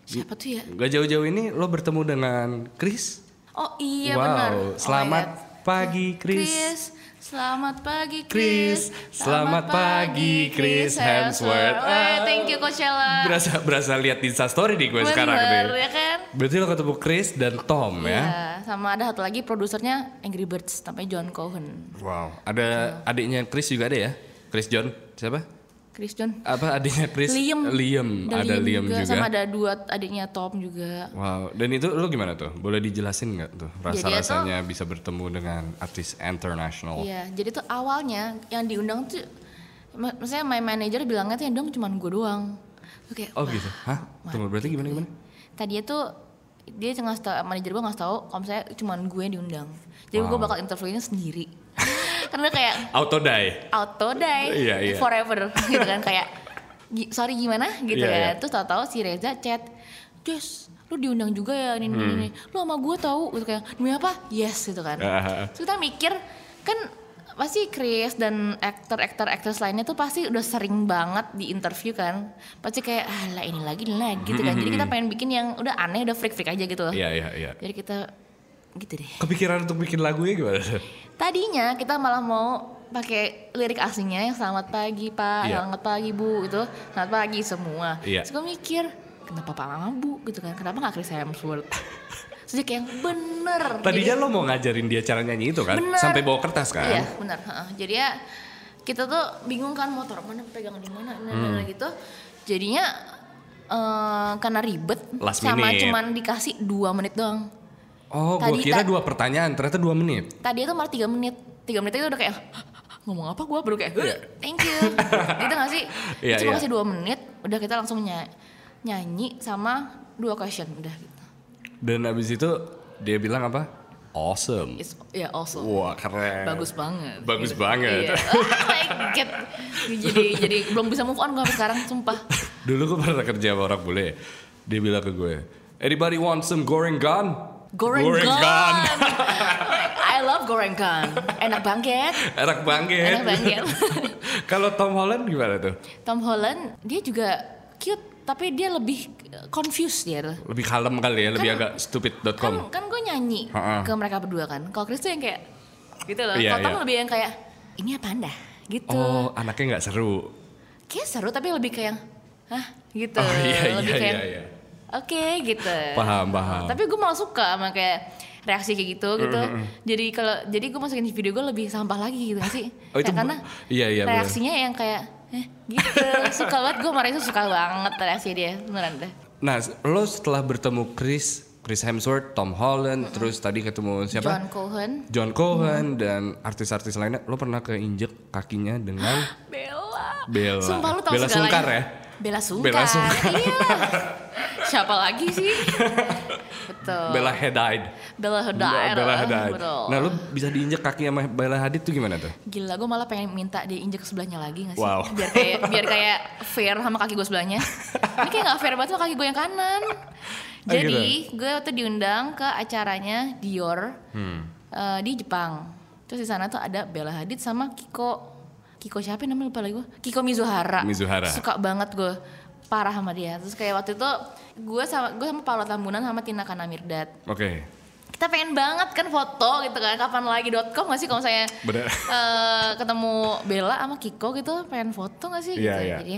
Speaker 4: Siapa tuh ya?
Speaker 1: Gak jauh-jauh ini lo bertemu dengan Chris.
Speaker 4: Oh iya
Speaker 1: wow,
Speaker 4: benar.
Speaker 1: selamat
Speaker 4: Oh my God.
Speaker 1: pagi Chris.
Speaker 4: Chris. Selamat pagi
Speaker 1: Chris.
Speaker 4: Chris.
Speaker 1: Selamat pagi, Chris Hemsworth.
Speaker 4: Eh, thank you Coachella.
Speaker 1: Berasa berasa lihat di Instastory di gue
Speaker 4: Bener,
Speaker 1: sekarang gitu nih.
Speaker 4: ya kan?
Speaker 1: Berarti lo ketemu Chris dan Tom
Speaker 4: Iya,
Speaker 1: ya.
Speaker 4: sama ada satu lagi produsernya Angry Birds, namanya John Cohen.
Speaker 1: Wow. Ada adiknya Chris juga ada ya? Chris John siapa?
Speaker 4: Chris John.
Speaker 1: Apa adiknya Chris?
Speaker 4: Liam.
Speaker 1: Liam. Ada Liam juga.
Speaker 4: Sama ada dua adiknya Tom juga.
Speaker 1: Wow, dan itu lo gimana tuh? Boleh dijelasin nggak tuh
Speaker 4: Jadi
Speaker 1: rasa-rasanya bisa bertemu dengan artis internasional?
Speaker 4: Iya, jadi tuh awalnya yang diundang tuh mak- maksudnya my manager bilangnya tuh yang dong cuman gue doang. Oke.
Speaker 1: Oh gitu? Hah? Tunggu, berarti gimana gimana?
Speaker 4: Tadinya tuh dia cuma ngasih tau, manajer gue ngasih tau kalau misalnya cuman gue yang diundang. Jadi gue bakal interviewnya sendiri. Karena kayak
Speaker 1: Autodai.
Speaker 4: auto die
Speaker 1: Iya, iya.
Speaker 4: forever gitu kan kayak "Gi- sorry gimana gitu
Speaker 1: Iya, iya.
Speaker 4: ya. Terus tahu-tahu si Reza chat, "Jess, lu diundang juga ya ini ini, ini. Lu sama gue tahu gitu kayak demi apa? Yes gitu kan.
Speaker 1: Hmm. Ah.
Speaker 4: Terus kita mikir kan pasti Chris dan aktor aktor aktris lainnya tuh pasti udah sering banget di interview kan pasti kayak ah lah ini lagi ini lagi gitu kan jadi kita pengen bikin yang udah aneh udah freak freak aja gitu loh
Speaker 1: Hmm. Iya iya iya.
Speaker 4: jadi kita gitu deh
Speaker 1: Kepikiran untuk bikin lagunya gimana?
Speaker 4: Tadinya kita malah mau pakai lirik aslinya yang selamat pagi pak,
Speaker 1: Iya.
Speaker 4: selamat pagi bu gitu, selamat pagi semua.
Speaker 1: Iya.
Speaker 4: Terus gue mikir kenapa pak mama bu gitu kan, kenapa nggak Chris Hemsworth? Terus dia kayak bener.
Speaker 1: Tadinya
Speaker 4: Jadi-
Speaker 1: lo mau ngajarin dia cara nyanyi itu kan?
Speaker 4: Bener.
Speaker 1: Sampai bawa kertas kan?
Speaker 4: Iya bener. heeh. Jadi ya kita tuh bingung kan motor mana pegang di mana ini, ini, ini,
Speaker 1: Hmm.
Speaker 4: gitu. Jadinya eh, karena ribet
Speaker 1: Last
Speaker 4: sama
Speaker 1: minute.
Speaker 4: cuman dikasih dua menit doang.
Speaker 1: Oh, gue
Speaker 4: Tadi
Speaker 1: kira
Speaker 4: ta-
Speaker 1: dua pertanyaan, ternyata dua menit.
Speaker 4: tadi itu malah tiga menit tiga menit itu udah kayak "Hah, ngomong apa gue baru kayak "Eh, thank you gitu gak sih
Speaker 1: Iya,
Speaker 4: cuma
Speaker 1: iya.
Speaker 4: kasih dua menit udah kita langsung ny- nyanyi sama dua question udah gitu
Speaker 1: Dan abis itu dia bilang apa? Awesome.
Speaker 4: It's, ya also
Speaker 1: Wah keren.
Speaker 4: bagus banget
Speaker 1: Bagus
Speaker 4: Gitu.
Speaker 1: banget.
Speaker 4: Iya. Oh my God. jadi jadi belum bisa move on gue sampai sekarang sumpah
Speaker 1: Dulu gue pernah kerja sama orang bule. Dia bilang ke gue, anybody want some gorengan?
Speaker 4: gorengan I love gorengan enak banget
Speaker 1: Enak banget.
Speaker 4: Enak banget.
Speaker 1: Kalau Tom Holland gimana tuh?
Speaker 4: Tom Holland dia juga cute tapi dia lebih confused dia tuh.
Speaker 1: Lebih kalem kali ya, lebih
Speaker 4: Kan-
Speaker 1: agak stupid.com.
Speaker 4: kan kan gue nyanyi
Speaker 1: Ha-ha.
Speaker 4: ke mereka berdua kan kalau Chris tuh yang kayak gitu loh
Speaker 1: Iya,
Speaker 4: kalau Tom
Speaker 1: iya.
Speaker 4: lebih yang kayak ini apa anda gitu
Speaker 1: oh, anaknya nggak seru.
Speaker 4: kayak seru tapi lebih kayak hah gitu
Speaker 1: Oh iya
Speaker 4: lebih
Speaker 1: iya
Speaker 4: kayak
Speaker 1: iya. iya.
Speaker 4: oke gitu
Speaker 1: Paham, paham.
Speaker 4: tapi gue malah suka sama kayak reaksi kayak gitu gitu jadi kalau jadi gue masukin di video gue lebih sampah lagi gitu gak sih
Speaker 1: Oh, itu
Speaker 4: Ya, karena
Speaker 1: bu- iya, iya, bener.
Speaker 4: reaksinya yang kayak eh, gitu suka banget gue marah itu suka banget reaksi dia beneran deh
Speaker 1: Nah, lo setelah bertemu Chris, Chris Hemsworth, Tom Holland, terus tadi ketemu siapa?
Speaker 4: John Cohen
Speaker 1: John Cohen dan artis-artis lainnya, lo pernah keinjek kakinya dengan
Speaker 4: Bella.
Speaker 1: Bella.
Speaker 4: Sumpah lu tau
Speaker 1: Bella
Speaker 4: segalanya.
Speaker 1: Sungkar ya?
Speaker 4: Bella Sungkar.
Speaker 1: Bella Sungkar.
Speaker 4: Iya. Siapa lagi sih? Betul.
Speaker 1: Bella Hadid.
Speaker 4: Bella Oh. Hadid.
Speaker 1: Bella Hadid.
Speaker 4: Betul.
Speaker 1: Nah, lo bisa diinjek kaki sama Bella Hadid tuh gimana tuh?
Speaker 4: Gila, gue malah pengen minta dia injek ke sebelahnya lagi gak sih?
Speaker 1: Wow.
Speaker 4: Biar kayak biar kayak fair sama kaki gue sebelahnya. Ini kayak gak fair banget sama kaki gue yang kanan.
Speaker 1: Oh,
Speaker 4: Jadi
Speaker 1: gitu.
Speaker 4: gue waktu diundang ke acaranya Dior
Speaker 1: Hmm.
Speaker 4: eh, di Jepang. Terus di sana tuh ada Bella Hadid sama Kiko. Kiko siapa yang namanya lupa lagi gue? Kiko Mizuhara.
Speaker 1: Mizuhara.
Speaker 4: Suka banget gue parah sama dia. Terus kayak waktu itu gue sama gue sama Paula Tambunan sama Tina Kanamirdad
Speaker 1: Oke.
Speaker 4: kita pengen banget kan foto gitu kan kapan lagi.com gak sih kalau saya
Speaker 1: Bener.
Speaker 4: eh, ketemu Bella sama Kiko gitu pengen foto gak
Speaker 1: Iya,
Speaker 4: sih gitu
Speaker 1: iya.
Speaker 4: jadi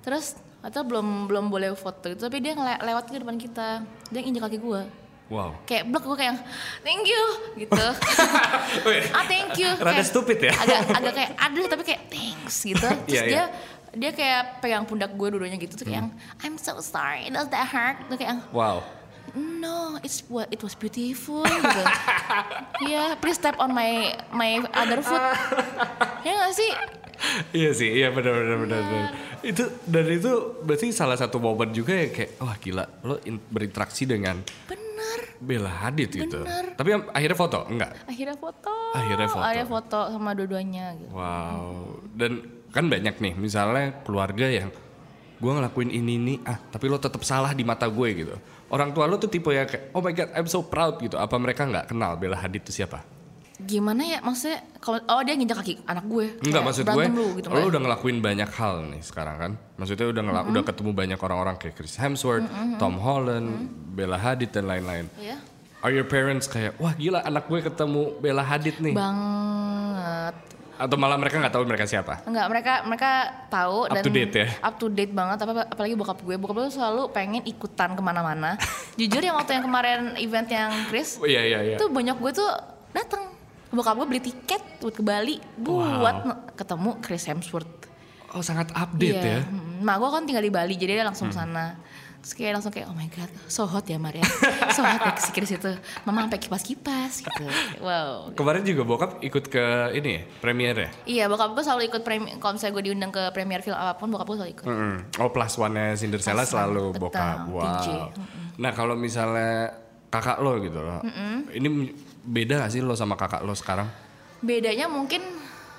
Speaker 4: terus atau belum belum boleh foto gitu tapi dia ngele- lewat ke depan kita dia injek kaki gue
Speaker 1: Wow.
Speaker 4: kayak blok gue kayak thank you gitu ah thank you
Speaker 1: Rada
Speaker 4: Kayak
Speaker 1: stupid ya?
Speaker 4: agak agak kayak aduh tapi kayak thanks gitu terus
Speaker 1: Iya, Hmm. iya.
Speaker 4: dia dia kayak pegang pundak gue dulunya gitu tuh kayak I'm so sorry does that hurt tuh kayak
Speaker 1: Wow.
Speaker 4: No, it's what it was beautiful. gitu. yeah, please step on my my other foot. ya gak sih?
Speaker 1: Iya sih, iya benar benar benar. benar. Itu dan itu berarti salah satu momen juga ya kayak wah gila lo in- berinteraksi dengan
Speaker 4: Bener.
Speaker 1: Bella Hadid gitu.
Speaker 4: Bener.
Speaker 1: Tapi am- akhirnya foto enggak?
Speaker 4: Akhirnya foto.
Speaker 1: Akhirnya foto.
Speaker 4: Akhirnya foto sama dua-duanya gitu.
Speaker 1: Wow. Dan kan banyak nih misalnya keluarga yang gue ngelakuin ini ini ah tapi lo tetap salah di mata gue gitu. orang tua lu tuh tipe yang kayak oh my god I'm so proud gitu apa mereka nggak kenal Bella Hadid itu siapa
Speaker 4: Gimana ya maksudnya? Kalau oh dia nginjak kaki anak gue.
Speaker 1: Enggak
Speaker 4: Kayak
Speaker 1: maksud gue,
Speaker 4: berantem lu gitu.
Speaker 1: lo udah ngelakuin banyak hal nih sekarang kan. Maksudnya udah ngela- udah ketemu banyak orang-orang kayak Chris Hemsworth, Tom Holland, Bella Hadid dan lain-lain.
Speaker 4: Iya.
Speaker 1: Are your parents kayak wah gila anak gue ketemu Bella Hadid nih?
Speaker 4: Banget.
Speaker 1: Atau malah mereka nggak tahu mereka siapa?
Speaker 4: Enggak, mereka mereka tahu
Speaker 1: Up
Speaker 4: dan
Speaker 1: to date ya?
Speaker 4: Up to date banget apa apalagi bokap gue. Bokap gue selalu pengen ikutan kemana mana Jujur yang waktu yang kemarin event yang Chris,
Speaker 1: Oh, iya iya iya.
Speaker 4: itu banyak gue tuh datang. Bokap gue beli tiket buat ke Bali buat ne- ketemu Chris Hemsworth.
Speaker 1: Oh sangat update ya.
Speaker 4: Iya,
Speaker 1: Hmm.
Speaker 4: mm. Mak gue kan tinggal di Bali, jadi dia langsung sana. Terus kayak langsung kayak, oh my god, so hot ya Maria. So hot ya si Chris itu. Mama sampai kipas-kipas gitu. Wow.
Speaker 1: Kemarin juga bokap ikut ke ini ya, premiere ya.
Speaker 4: Iya, bokap gue selalu ikut premi kalau misalnya gue diundang ke premier film apapun, bokap gue selalu ikut.
Speaker 1: Mm-mm. Oh plus one-nya Cinderella
Speaker 4: Plus one,
Speaker 1: selalu
Speaker 4: betul,
Speaker 1: bokap. Wow.
Speaker 4: PJ.
Speaker 1: Nah kalau misalnya kakak lo gitu loh. Ini beda gak sih lo sama kakak lo sekarang?
Speaker 4: Bedanya mungkin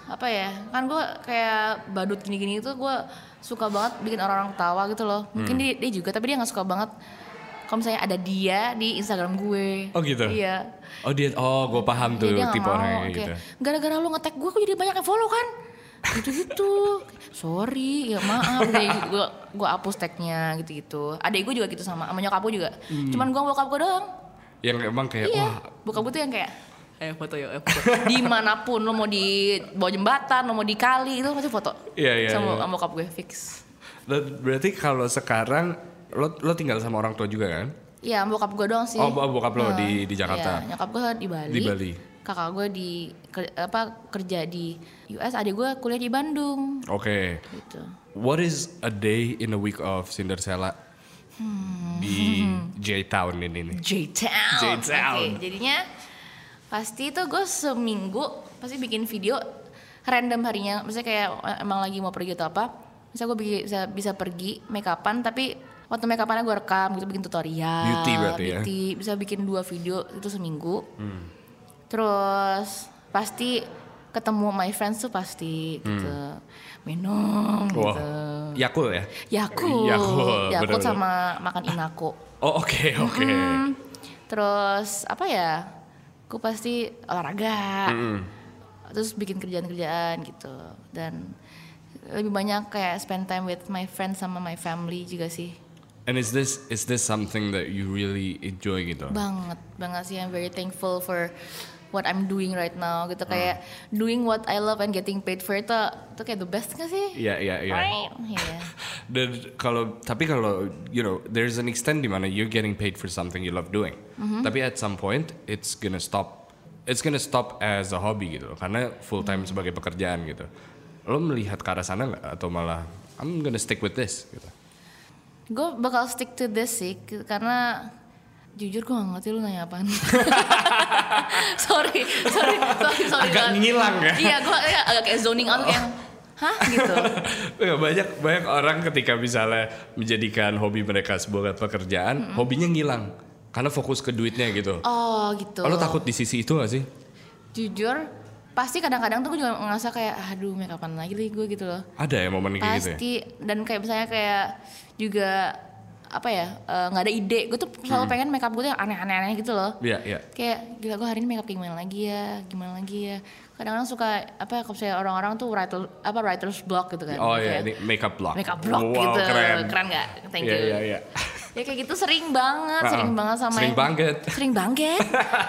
Speaker 4: apa ya? Kan gue kayak badut gini-gini itu gue suka banget bikin orang-orang ketawa gitu loh. Mungkin
Speaker 1: Hmm.
Speaker 4: dia, dia juga, tapi dia nggak suka banget kalau misalnya ada dia di Instagram gue.
Speaker 1: Oh, gitu?
Speaker 4: Iya.
Speaker 1: Oh dia, oh gue paham tuh
Speaker 4: Jadi dia nggak
Speaker 1: tipe
Speaker 4: mau,
Speaker 1: orangnya kayak
Speaker 4: kayak,
Speaker 1: gitu.
Speaker 4: Gara-gara lu nge-tag gue, gue jadi banyak yang follow kan. Gitu-gitu. Sorry, ya maaf deh. Gue gue hapus tagnya gitu-gitu. Adik gue juga gitu sama, sama nyokap gue juga.
Speaker 1: Hmm.
Speaker 4: Cuman gue bokap gue doang.
Speaker 1: Yang emang kayak
Speaker 4: iya.
Speaker 1: wah eh,
Speaker 4: Bokap gue tuh yang kayak Ayo foto yuk, ayo foto. Dimanapun, lo mau di bawah jembatan, lo mau di kali, itu pasti foto.
Speaker 1: Iya, iya, iya.
Speaker 4: Sama sama bokap gue, fix.
Speaker 1: lo- berarti kalau sekarang lo lo tinggal sama orang tua juga kan?
Speaker 4: Iya, sama bokap gue doang sih.
Speaker 1: Oh, bo- bokap lo di- di
Speaker 4: Iya,
Speaker 1: Jakarta?
Speaker 4: nyokap gue di Bali.
Speaker 1: Di Bali.
Speaker 4: Kakak gue di ker- apa kerja di US, adik gue kuliah di Bandung.
Speaker 1: Oke.
Speaker 4: Gitu.
Speaker 1: What is a day in a week of Cinderella
Speaker 4: Hmm.
Speaker 1: di J Town ini nih?
Speaker 4: J-Town.
Speaker 1: J-Town.
Speaker 4: Oke, jadinya pasti itu gue seminggu pasti bikin video random harinya. Misalnya kayak eh, emang lagi mau pergi atau apa. Misalnya gue bi- bisa, bisa pergi make upan tapi waktu make upannya gue rekam gitu bikin tutorial.
Speaker 1: Beauty berarti ya? Hmm.
Speaker 4: beauty. Bisa bikin dua video itu seminggu. Terus pasti ketemu my friends tuh pasti gitu. Minum
Speaker 1: Hmm. Wah,
Speaker 4: gitu.
Speaker 1: Yakul ya? Yakult,
Speaker 4: Yakult. Yakult
Speaker 1: bener-bener.
Speaker 4: sama makan inako.
Speaker 1: Oh oke oke.
Speaker 4: Hmm, terus apa ya? Gue pasti olahraga. Terus bikin kerjaan-kerjaan gitu dan lebih banyak kayak spend time with my friends sama my family juga sih.
Speaker 1: And is this is this something that you really enjoy gitu?
Speaker 4: Banget banget sih I'm very thankful for what I'm doing right now
Speaker 1: Oh.
Speaker 4: gitu kayak doing what I love and getting paid for itu itu kayak the best gak sih?
Speaker 1: Iya iya iya.
Speaker 4: Right? Iya.
Speaker 1: Dan kalau tapi kalau you know there's an extent di mana you're getting paid for something you love doing. Tapi at some point it's gonna stop. It's gonna stop as a hobby gitu loh, karena full time sebagai pekerjaan gitu. Lo melihat ke arah sana nggak atau malah I'm gonna stick with this gitu.
Speaker 4: Gue bakal stick to this sih ke- karena jujur gue gak ngerti lu nanya apaan. sorry, sorry, sorry, sorry.
Speaker 1: Agak
Speaker 4: banget.
Speaker 1: ngilang ya? Oh.
Speaker 4: Iya, gue agak kayak zoning out kayak, hah gitu.
Speaker 1: Ya, banyak banyak orang ketika misalnya menjadikan hobi mereka sebagai pekerjaan, hobinya ngilang karena fokus ke duitnya gitu.
Speaker 4: Oh gitu.
Speaker 1: Lo takut di sisi itu gak sih?
Speaker 4: Jujur, pasti kadang-kadang tuh gue juga ngerasa kayak, aduh make upan lagi nih gue gitu loh.
Speaker 1: Ada ya momen kayak gitu ya?
Speaker 4: Pasti, dan kayak misalnya kayak juga apa ya, eh, nggak ada ide. Gue tuh selalu
Speaker 1: Hmm.
Speaker 4: pengen make up gue tuh yang aneh-aneh gitu loh.
Speaker 1: Iya, iya.
Speaker 4: kayak gila gue hari ini makeup kayak gimana lagi ya gimana lagi ya kadang-kadang suka apa kalau misalnya orang-orang tuh writer apa writers block gitu kan
Speaker 1: Oh iya,
Speaker 4: Kayak
Speaker 1: ini makeup block.
Speaker 4: makeup block
Speaker 1: Wow,
Speaker 4: gitu
Speaker 1: keren.
Speaker 4: keren nggak thank
Speaker 1: Iya,
Speaker 4: you
Speaker 1: iya, iya.
Speaker 4: ya kayak gitu sering banget
Speaker 1: Ah,
Speaker 4: sering banget sama
Speaker 1: sering
Speaker 4: yang-
Speaker 1: banget.
Speaker 4: sering banget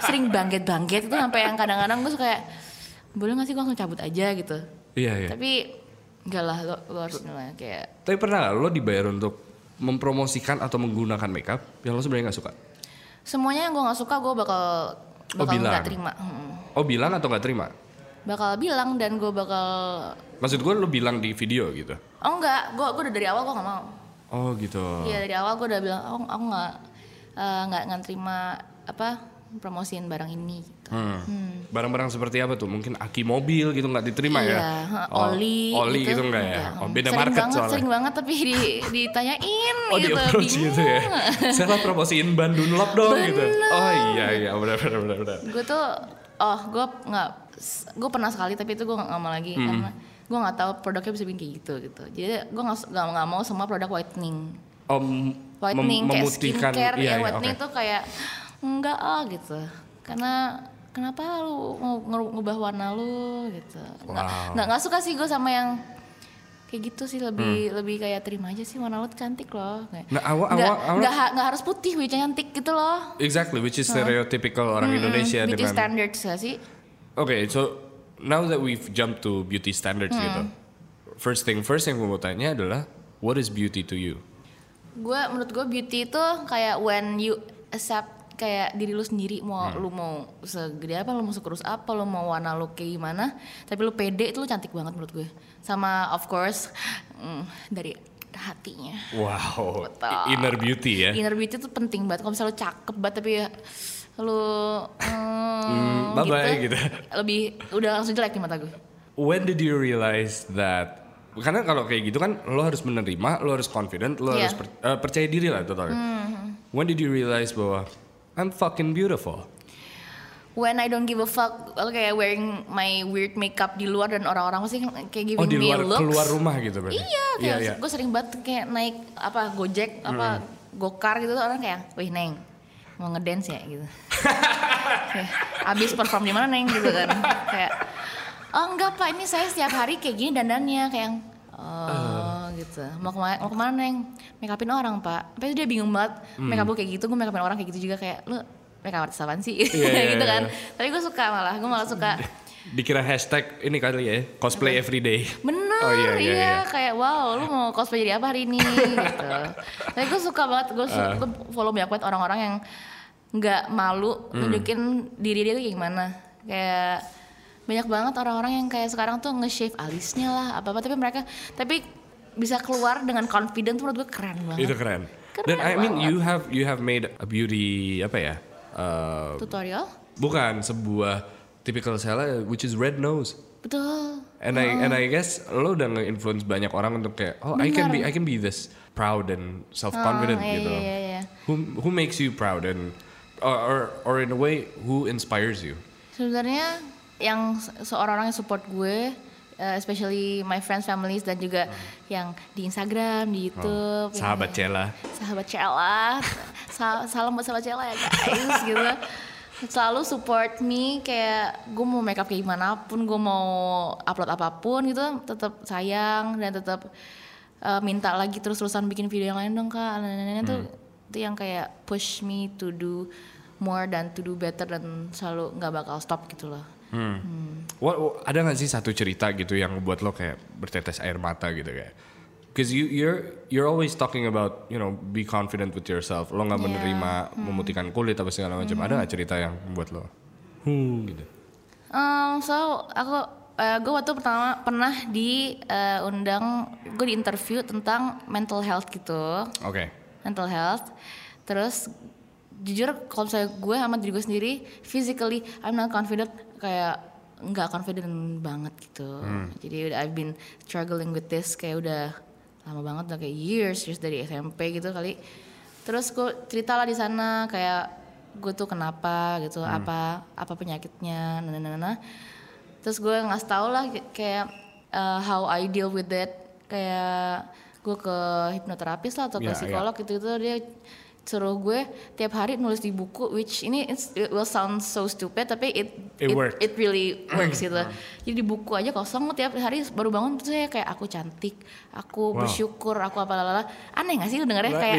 Speaker 4: sering banget banget itu sampai yang kadang-kadang gue suka kayak boleh gak sih gue langsung cabut aja gitu
Speaker 1: Iya, iya. Tapi,
Speaker 4: tapi enggak lah lo, lo harus nilai kayak
Speaker 1: pernah gak lo dibayar untuk mempromosikan atau menggunakan makeup yang lo sebenarnya gak suka?
Speaker 4: semuanya yang gue nggak suka gue bakal
Speaker 1: Oh,
Speaker 4: bakal
Speaker 1: bilang.
Speaker 4: nggak terima Mm-mm.
Speaker 1: Oh bilang atau gak terima?
Speaker 4: bakal bilang dan gue bakal
Speaker 1: Maksud gue lo bilang di video gitu?
Speaker 4: Oh enggak, gue udah dari awal gue nggak mau.
Speaker 1: Oh gitu.
Speaker 4: Iya dari awal gue udah bilang, oh aku nggak eh, nggak nggak terima apa promosiin barang ini. Gitu.
Speaker 1: Hmm. Barang-barang seperti apa tuh? Mungkin aki mobil gitu nggak diterima ya?
Speaker 4: heeh,
Speaker 1: Oh,
Speaker 4: Iya, oli,
Speaker 1: Oli gitu, nggak ya?
Speaker 4: enggak.
Speaker 1: Oh, beda
Speaker 4: sering
Speaker 1: market
Speaker 4: banget,
Speaker 1: soalnya.
Speaker 4: Sering banget tapi di, ditanyain
Speaker 1: Oh di
Speaker 4: gitu.
Speaker 1: approach gitu ya? Saya lah promosiin ban Dunlop dong gitu.
Speaker 4: Bener.
Speaker 1: Oh iya iya benar benar benar benar.
Speaker 4: Gue tuh, oh gue nggak, gue pernah sekali tapi itu gue nggak nggak mau lagi
Speaker 1: Hmm.
Speaker 4: karena gue nggak tahu produknya bisa bikin kayak gitu gitu. Jadi gue nggak nggak nggak mau semua produk whitening.
Speaker 1: Om Mem-
Speaker 4: whitening kayak
Speaker 1: memutihkan,
Speaker 4: skincare
Speaker 1: iya,
Speaker 4: ya
Speaker 1: iya,
Speaker 4: whitening
Speaker 1: oke.
Speaker 4: tuh kayak enggak ah gitu karena kenapa lu mau ngeru- ngubah warna lu gitu nggak
Speaker 1: Wow.
Speaker 4: nggak- nggak suka sih gue sama yang kayak gitu sih lebih lebih kayak terima aja sih warna lu cantik loh Kayak,
Speaker 1: Hmm. Nah, awal-
Speaker 4: nggak
Speaker 1: awal- awal-
Speaker 4: nggak ha- nggak harus putih wih cantik gitu loh Hmm,
Speaker 1: Exactly, which is stereotypical orang Indonesia
Speaker 4: beauty
Speaker 1: dengan
Speaker 4: standards gak sih
Speaker 1: Oke, so now that we've jumped to beauty standards
Speaker 4: Mm.
Speaker 1: gitu. First thing first yang gue mau tanya adalah what is beauty to you?
Speaker 4: gue menurut gue beauty itu kayak when you accept kayak diri lu sendiri mau
Speaker 1: Hmm.
Speaker 4: lu mau segede apa lu mau sekurus apa lu mau warna lu kayak gimana tapi lu pede itu lu cantik banget menurut gue sama of course mm, dari hatinya
Speaker 1: Wow,
Speaker 4: Betul.
Speaker 1: i- inner beauty ya.
Speaker 4: inner beauty itu penting banget kalau misalnya lu cakep banget tapi ya lu mm,
Speaker 1: bye-bye gitu.
Speaker 4: lebih udah langsung jelek di mata gue
Speaker 1: When did you realize that? Karena kalau kayak gitu kan lo harus menerima, lo harus confident, lo
Speaker 4: Iya. Hmm.
Speaker 1: harus per- eh, percaya diri lah totalnya. When did you realize bahwa I'm fucking beautiful?
Speaker 4: When I don't give a fuck, well, kayak wearing my weird makeup di luar dan orang-orang pasti kayak giving
Speaker 1: Oh, di
Speaker 4: me
Speaker 1: luar
Speaker 4: looks.
Speaker 1: keluar rumah gitu berarti.
Speaker 4: Iya, kayak gue sering banget kayak naik apa gojek
Speaker 1: Hmm.
Speaker 4: apa gokar gitu tuh orang kayak, wih neng mau ngedance ya gitu. Kayak, Abis perform di mana neng gitu kan? kayak, oh enggak pak ini saya setiap hari kayak gini dandannya kayak, oh
Speaker 1: Eh.
Speaker 4: gitu. Mau kemana? Mau kemana neng? Make upin orang pak. Tapi dia bingung banget.
Speaker 1: Hmm.
Speaker 4: Make up lu kayak gitu, gue make upin orang kayak gitu juga kayak lu make up artis apaan sih?
Speaker 1: iya, iya.
Speaker 4: gitu kan. Tapi gue suka malah, gue malah suka
Speaker 1: Dikira hashtag ini kali ya, cosplay everyday.
Speaker 4: Bener,
Speaker 1: Oh, iya,
Speaker 4: iya,
Speaker 1: iya, iya.
Speaker 4: kayak wow lu mau cosplay jadi apa hari ini gitu. Tapi gue suka banget, gue
Speaker 1: Ah.
Speaker 4: suka gue follow banyak banget orang-orang yang nggak malu
Speaker 1: Hmm.
Speaker 4: nunjukin diri dia tuh kayak gimana. Kayak banyak banget orang-orang yang kayak sekarang tuh nge-shave alisnya lah apa-apa. Tapi mereka, tapi bisa keluar dengan confident tuh menurut gue keren
Speaker 1: Itu
Speaker 4: banget.
Speaker 1: keren.
Speaker 4: Keren
Speaker 1: Dan I mean
Speaker 4: banget.
Speaker 1: you have you have made a beauty apa ya? eh,
Speaker 4: Tutorial,
Speaker 1: bukan sebuah typical seller which is red nose.
Speaker 4: betul.
Speaker 1: And I and
Speaker 4: Oh.
Speaker 1: I guess lo udah nge-influence banyak orang untuk kayak oh I can be I can be this proud and self confident
Speaker 4: Ah, iya,
Speaker 1: gitu.
Speaker 4: Iya, iya, iya.
Speaker 1: Who who makes you proud and or, or or in a way who inspires you?
Speaker 4: Sebenarnya yang se- seorang-orang yang support gue, uh, especially my friends, families dan juga yang di Instagram, di YouTube, yang-
Speaker 1: Hmm. Sahabat Cela.
Speaker 4: sahabat Cella, Sa- salam buat sahabat Cella ya guys, gitu. Selalu support me kayak gue mau makeup kayak gimana pun, gue mau upload apapun gitu, tetap sayang dan tetap uh, minta lagi terus-terusan bikin video yang lain dong kak. Nenek-nenek tuh itu yang kayak push me to do more dan to do better dan selalu nggak bakal stop gitu loh.
Speaker 1: What, ada nggak sih satu cerita gitu yang buat lo kayak bertetes air mata gitu kayak? Because you you're you're always talking about you know be confident with yourself. Lo nggak
Speaker 4: Yeah.
Speaker 1: menerima
Speaker 4: Hmm.
Speaker 1: memutihkan kulit apa segala macam. Ada nggak cerita yang buat lo? Hmm gitu.
Speaker 4: Um, so aku gue waktu pertama pernah diundang gue di interview tentang mental health gitu.
Speaker 1: Oke.
Speaker 4: mental health. Terus jujur kalau misalnya gue sama diri gue sendiri physically I'm not confident kayak nggak confident banget gitu.
Speaker 1: Hmm.
Speaker 4: Jadi udah I've been struggling with this kayak udah lama banget udah kayak years years dari SMP gitu kali. Terus gue ceritalah di sana kayak gue tuh kenapa gitu
Speaker 1: Hmm.
Speaker 4: apa apa penyakitnya nah, nah, nah, nah. Terus gue ngasih tau lah ki- kayak uh, how I deal with that kayak gue ke hipnoterapis lah atau ke
Speaker 1: Ya, ya.
Speaker 4: psikolog gitu gitu dia suruh gue tiap hari nulis di buku which ini it's, it will sound so stupid tapi it
Speaker 1: It Mm-hmm. worked.
Speaker 4: it really works gitu jadi di buku aja kosong tiap hari baru bangun terus saya kayak aku cantik
Speaker 1: Wow.
Speaker 4: aku
Speaker 1: iya.
Speaker 4: bersyukur aku apa lalala aneh gak sih lu dengernya kayak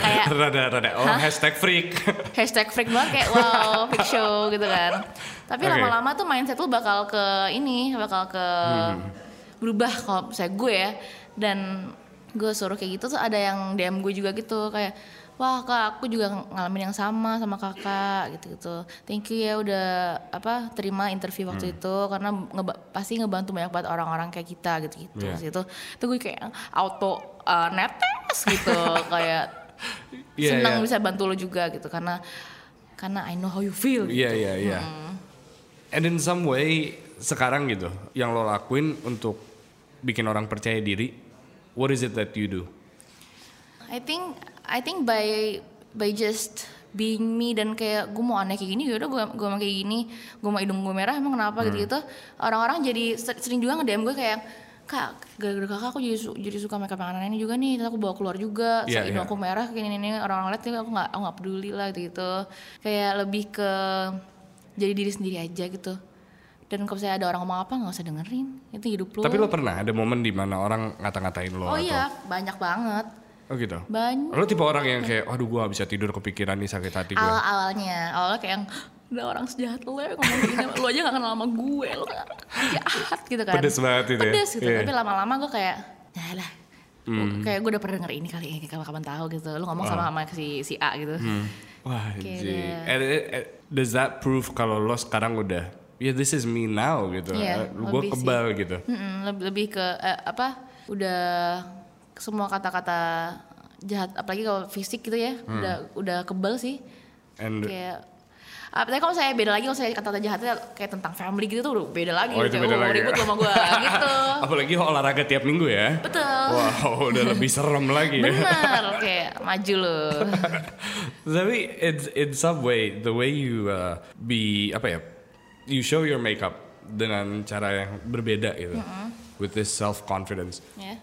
Speaker 4: kayak
Speaker 1: rada rada oh hashtag freak.
Speaker 4: hashtag freak banget kayak wow freak show gitu kan tapi
Speaker 1: Oke.
Speaker 4: lama-lama tuh mindset lu bakal ke ini bakal ke
Speaker 1: Hmm.
Speaker 4: berubah kalau misalnya gue ya dan gue suruh kayak gitu tuh ada yang DM gue juga gitu kayak wah kak aku juga ng- ngalamin yang sama sama kakak gitu gitu thank you ya udah apa terima interview
Speaker 1: Hmm.
Speaker 4: waktu itu karena ngeba- pasti ngebantu banyak banget orang-orang kayak kita gitu gitu
Speaker 1: Iya.
Speaker 4: itu tuh gue kayak auto uh, netes gitu kayak
Speaker 1: Iya,
Speaker 4: senang
Speaker 1: iya.
Speaker 4: bisa bantu lo juga gitu karena karena I know how you feel.
Speaker 1: Iya iya iya.
Speaker 4: Hmm.
Speaker 1: And in some way sekarang gitu yang lo lakuin untuk bikin orang percaya diri. What is it that you do?
Speaker 4: I think I think by by just being me dan kayak gue mau aneh kayak gini ya yaudah gue gue mau
Speaker 1: Hmm.
Speaker 4: kayak gini gue mau hidung gue merah emang kenapa gitu gitu orang-orang jadi ser- sering juga nge DM gue kayak kak gara-gara kakak aku jadi su- jadi suka makeup yang aneh-aneh juga nih terus aku bawa keluar juga
Speaker 1: Iya,
Speaker 4: yeah,
Speaker 1: iya.
Speaker 4: aku merah kayak ini ini orang-orang lihat aku nggak aku nggak peduli lah gitu gitu kayak lebih ke jadi diri sendiri aja gitu dan kalau saya ada orang ngomong apa nggak usah dengerin itu hidup lo
Speaker 1: Tapi lo pernah ada momen di mana orang ngata-ngatain lo
Speaker 4: oh
Speaker 1: atau
Speaker 4: iya banyak banget
Speaker 1: Oh gitu.
Speaker 4: banyak
Speaker 1: Lo tipe orang yang kayak aduh gua gak bisa tidur kepikiran nih sakit hati gue.
Speaker 4: awal-awalnya awalnya kayak yang ada orang sejahat lo yang ngomong gini lo aja gak kenal sama gue lo jahat gitu kan
Speaker 1: Pedes banget gitu ya.
Speaker 4: pedes gitu
Speaker 1: Iya. Hmm.
Speaker 4: tapi lama-lama gue kayak ya lah kayak gue udah pernah denger ini kali ini kapan kapan tahu gitu lo ngomong
Speaker 1: Ah.
Speaker 4: sama sama si si A gitu
Speaker 1: Hmm. Wah,
Speaker 4: Kayak
Speaker 1: anjing.
Speaker 4: ada-
Speaker 1: Eh, eh, eh, Does that prove kalau lo sekarang udah ya this is me now gitu.
Speaker 4: Iya,
Speaker 1: gue
Speaker 4: lebih sih.
Speaker 1: kebal gitu.
Speaker 4: Mm-mm, leb- lebih ke eh, apa udah semua kata-kata jahat apalagi kalau fisik gitu ya
Speaker 1: Hmm.
Speaker 4: udah udah kebel sih
Speaker 1: And
Speaker 4: kayak Ah, tapi kalau saya beda lagi kalau saya kata-kata jahatnya kayak tentang family gitu tuh udah beda lagi
Speaker 1: Oh, itu
Speaker 4: Kayak,
Speaker 1: beda
Speaker 4: "Oh,
Speaker 1: lagi ya." Oh,
Speaker 4: ribut lu sama gue gitu
Speaker 1: apalagi olahraga tiap minggu ya.
Speaker 4: betul
Speaker 1: Wow, udah lebih serem lagi ya.
Speaker 4: Bener, kayak maju lo.
Speaker 1: Tapi it's in some way the way you uh, be apa ya, you show your makeup dengan cara yang berbeda gitu, with this self confidence.
Speaker 4: ya.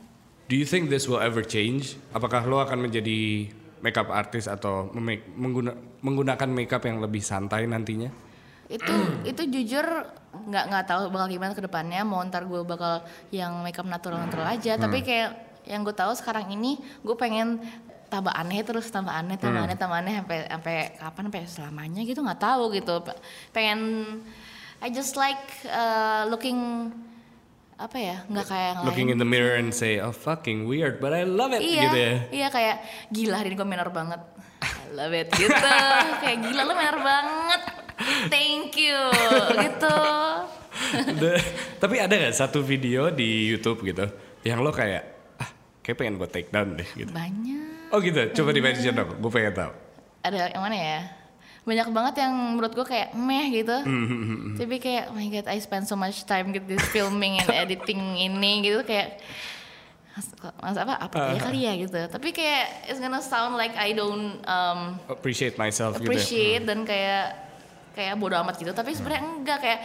Speaker 1: Do you think this will ever change? Apakah lo akan menjadi makeup artist atau memake- mengguna- menggunakan makeup yang lebih santai nantinya?
Speaker 4: Itu itu jujur nggak nggak tahu bakal gimana ke depannya. Mau ntar gue bakal yang makeup natural natural aja.
Speaker 1: Hmm.
Speaker 4: Tapi kayak yang gue tahu sekarang ini gue pengen tambah aneh terus tambah aneh tambah
Speaker 1: Hmm.
Speaker 4: aneh tambah aneh sampai sampai kapan sampai selamanya gitu nggak tahu gitu Pe- pengen I just like uh, looking apa ya nggak kayak yang lain
Speaker 1: Looking in the mirror and say, oh fucking weird, but I love it
Speaker 4: Iya,
Speaker 1: gitu ya.
Speaker 4: iya kayak gila hari ini gue minor banget. I love it gitu. kayak gila lu minor banget. Thank you gitu.
Speaker 1: The- tapi ada gak satu video di YouTube gitu yang lo kayak ah kayak pengen gue take down deh gitu.
Speaker 4: Banyak.
Speaker 1: Oh gitu, coba di mention dong, gue pengen tahu.
Speaker 4: Ada yang mana ya? Banyak banget yang menurut gue kayak meh gitu.
Speaker 1: Hmm,
Speaker 4: Tapi kayak oh my god I spend so much time with this filming and editing ini gitu kayak Mas, mas apa apa
Speaker 1: Ah.
Speaker 4: ya kali ya gitu. Tapi kayak it's gonna sound like I don't um,
Speaker 1: Appreciate myself gitu. ya.
Speaker 4: appreciate dan kayak kayak bodo amat gitu
Speaker 1: Hmm.
Speaker 4: tapi sebenarnya enggak kayak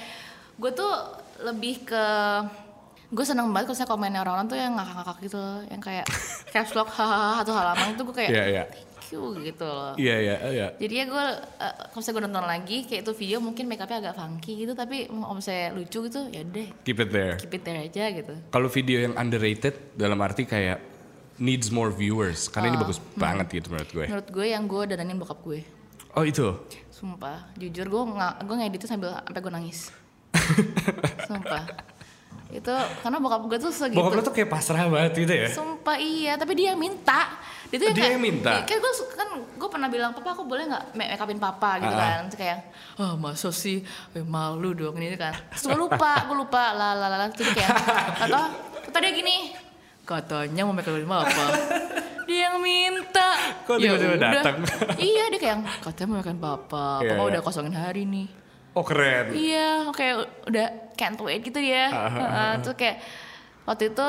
Speaker 4: gue tuh lebih ke gue seneng banget kalau saya komennya orang-orang tuh yang ngakak-ngakak gitu loh, yang kayak caps lock hahaha atau halaman itu gue kayak
Speaker 1: Iya, iya.
Speaker 4: thank you gitu loh
Speaker 1: Iya iya iya.
Speaker 4: jadi ya gue eh, kalau saya gue nonton lagi kayak itu video mungkin make upnya agak funky gitu tapi om saya lucu gitu ya deh
Speaker 1: Keep it there.
Speaker 4: keep it there aja gitu
Speaker 1: Kalau video yang underrated dalam arti kayak needs more viewers karena
Speaker 4: Ah.
Speaker 1: ini bagus
Speaker 4: Hmm.
Speaker 1: banget gitu menurut gue.
Speaker 4: menurut gue yang gue dananin bokap gue
Speaker 1: Oh itu.
Speaker 4: Gitu. Sumpah, jujur gue nggak gue ngedit itu sambil sampai gue nangis. Sumpah. Itu karena bokap gue tuh segitu.
Speaker 1: Bokap lo tuh kayak pasrah banget gitu ya.
Speaker 4: Sumpah iya, tapi dia yang minta. Dia, tuh
Speaker 1: Dia
Speaker 4: kayak-
Speaker 1: yang minta?
Speaker 4: Kayak gue kan gue pernah bilang papa aku boleh nggak make make upin papa gitu
Speaker 1: Ah.
Speaker 4: kan. Terus kayak ah masa sih Eh, malu dong ini kan. Terus gue lupa, gue lupa lah lah lah, lah. Terus dia kayak kata kata dia gini katanya mau make upin papa. dia yang minta.
Speaker 1: Kok
Speaker 4: Ya
Speaker 1: tiba-tiba
Speaker 4: udah.
Speaker 1: datang?
Speaker 4: iya dia kayak katanya mau makan papa.
Speaker 1: Iya,
Speaker 4: Papa
Speaker 1: iya.
Speaker 4: udah kosongin hari nih.
Speaker 1: Oh keren.
Speaker 4: Iya, kayak udah can't wait gitu ya.
Speaker 1: Ah.
Speaker 4: Heeh, Terus kayak waktu itu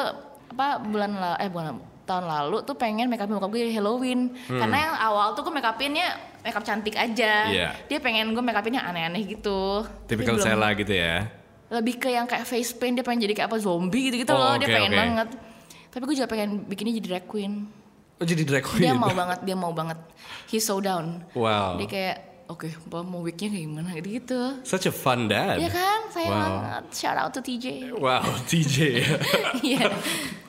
Speaker 4: apa bulan la- eh bulan tahun lalu tuh pengen make upin bokap gue jadi Halloween.
Speaker 1: Hmm.
Speaker 4: Karena yang awal tuh gue make upinnya make up cantik aja.
Speaker 1: Iya.
Speaker 4: Dia pengen gue make upinnya aneh-aneh gitu. Tapi
Speaker 1: Typical
Speaker 4: belum-
Speaker 1: Sela gitu ya.
Speaker 4: Lebih ke yang kayak face paint dia pengen jadi kayak apa zombie gitu-gitu
Speaker 1: Oh,
Speaker 4: loh, dia
Speaker 1: oke,
Speaker 4: pengen
Speaker 1: oke.
Speaker 4: banget. Tapi gue juga pengen bikinnya jadi drag queen.
Speaker 1: Oh jadi drag queen.
Speaker 4: Dia mau banget, dia mau banget. He's so down.
Speaker 1: Wow.
Speaker 4: Dia kayak oke, Mbak mau wignya kayak gimana gitu.
Speaker 1: Such a fun dad.
Speaker 4: Iya kan, saya
Speaker 1: Wow.
Speaker 4: banget. Shout out to TJ.
Speaker 1: Wow, TJ.
Speaker 4: Iya.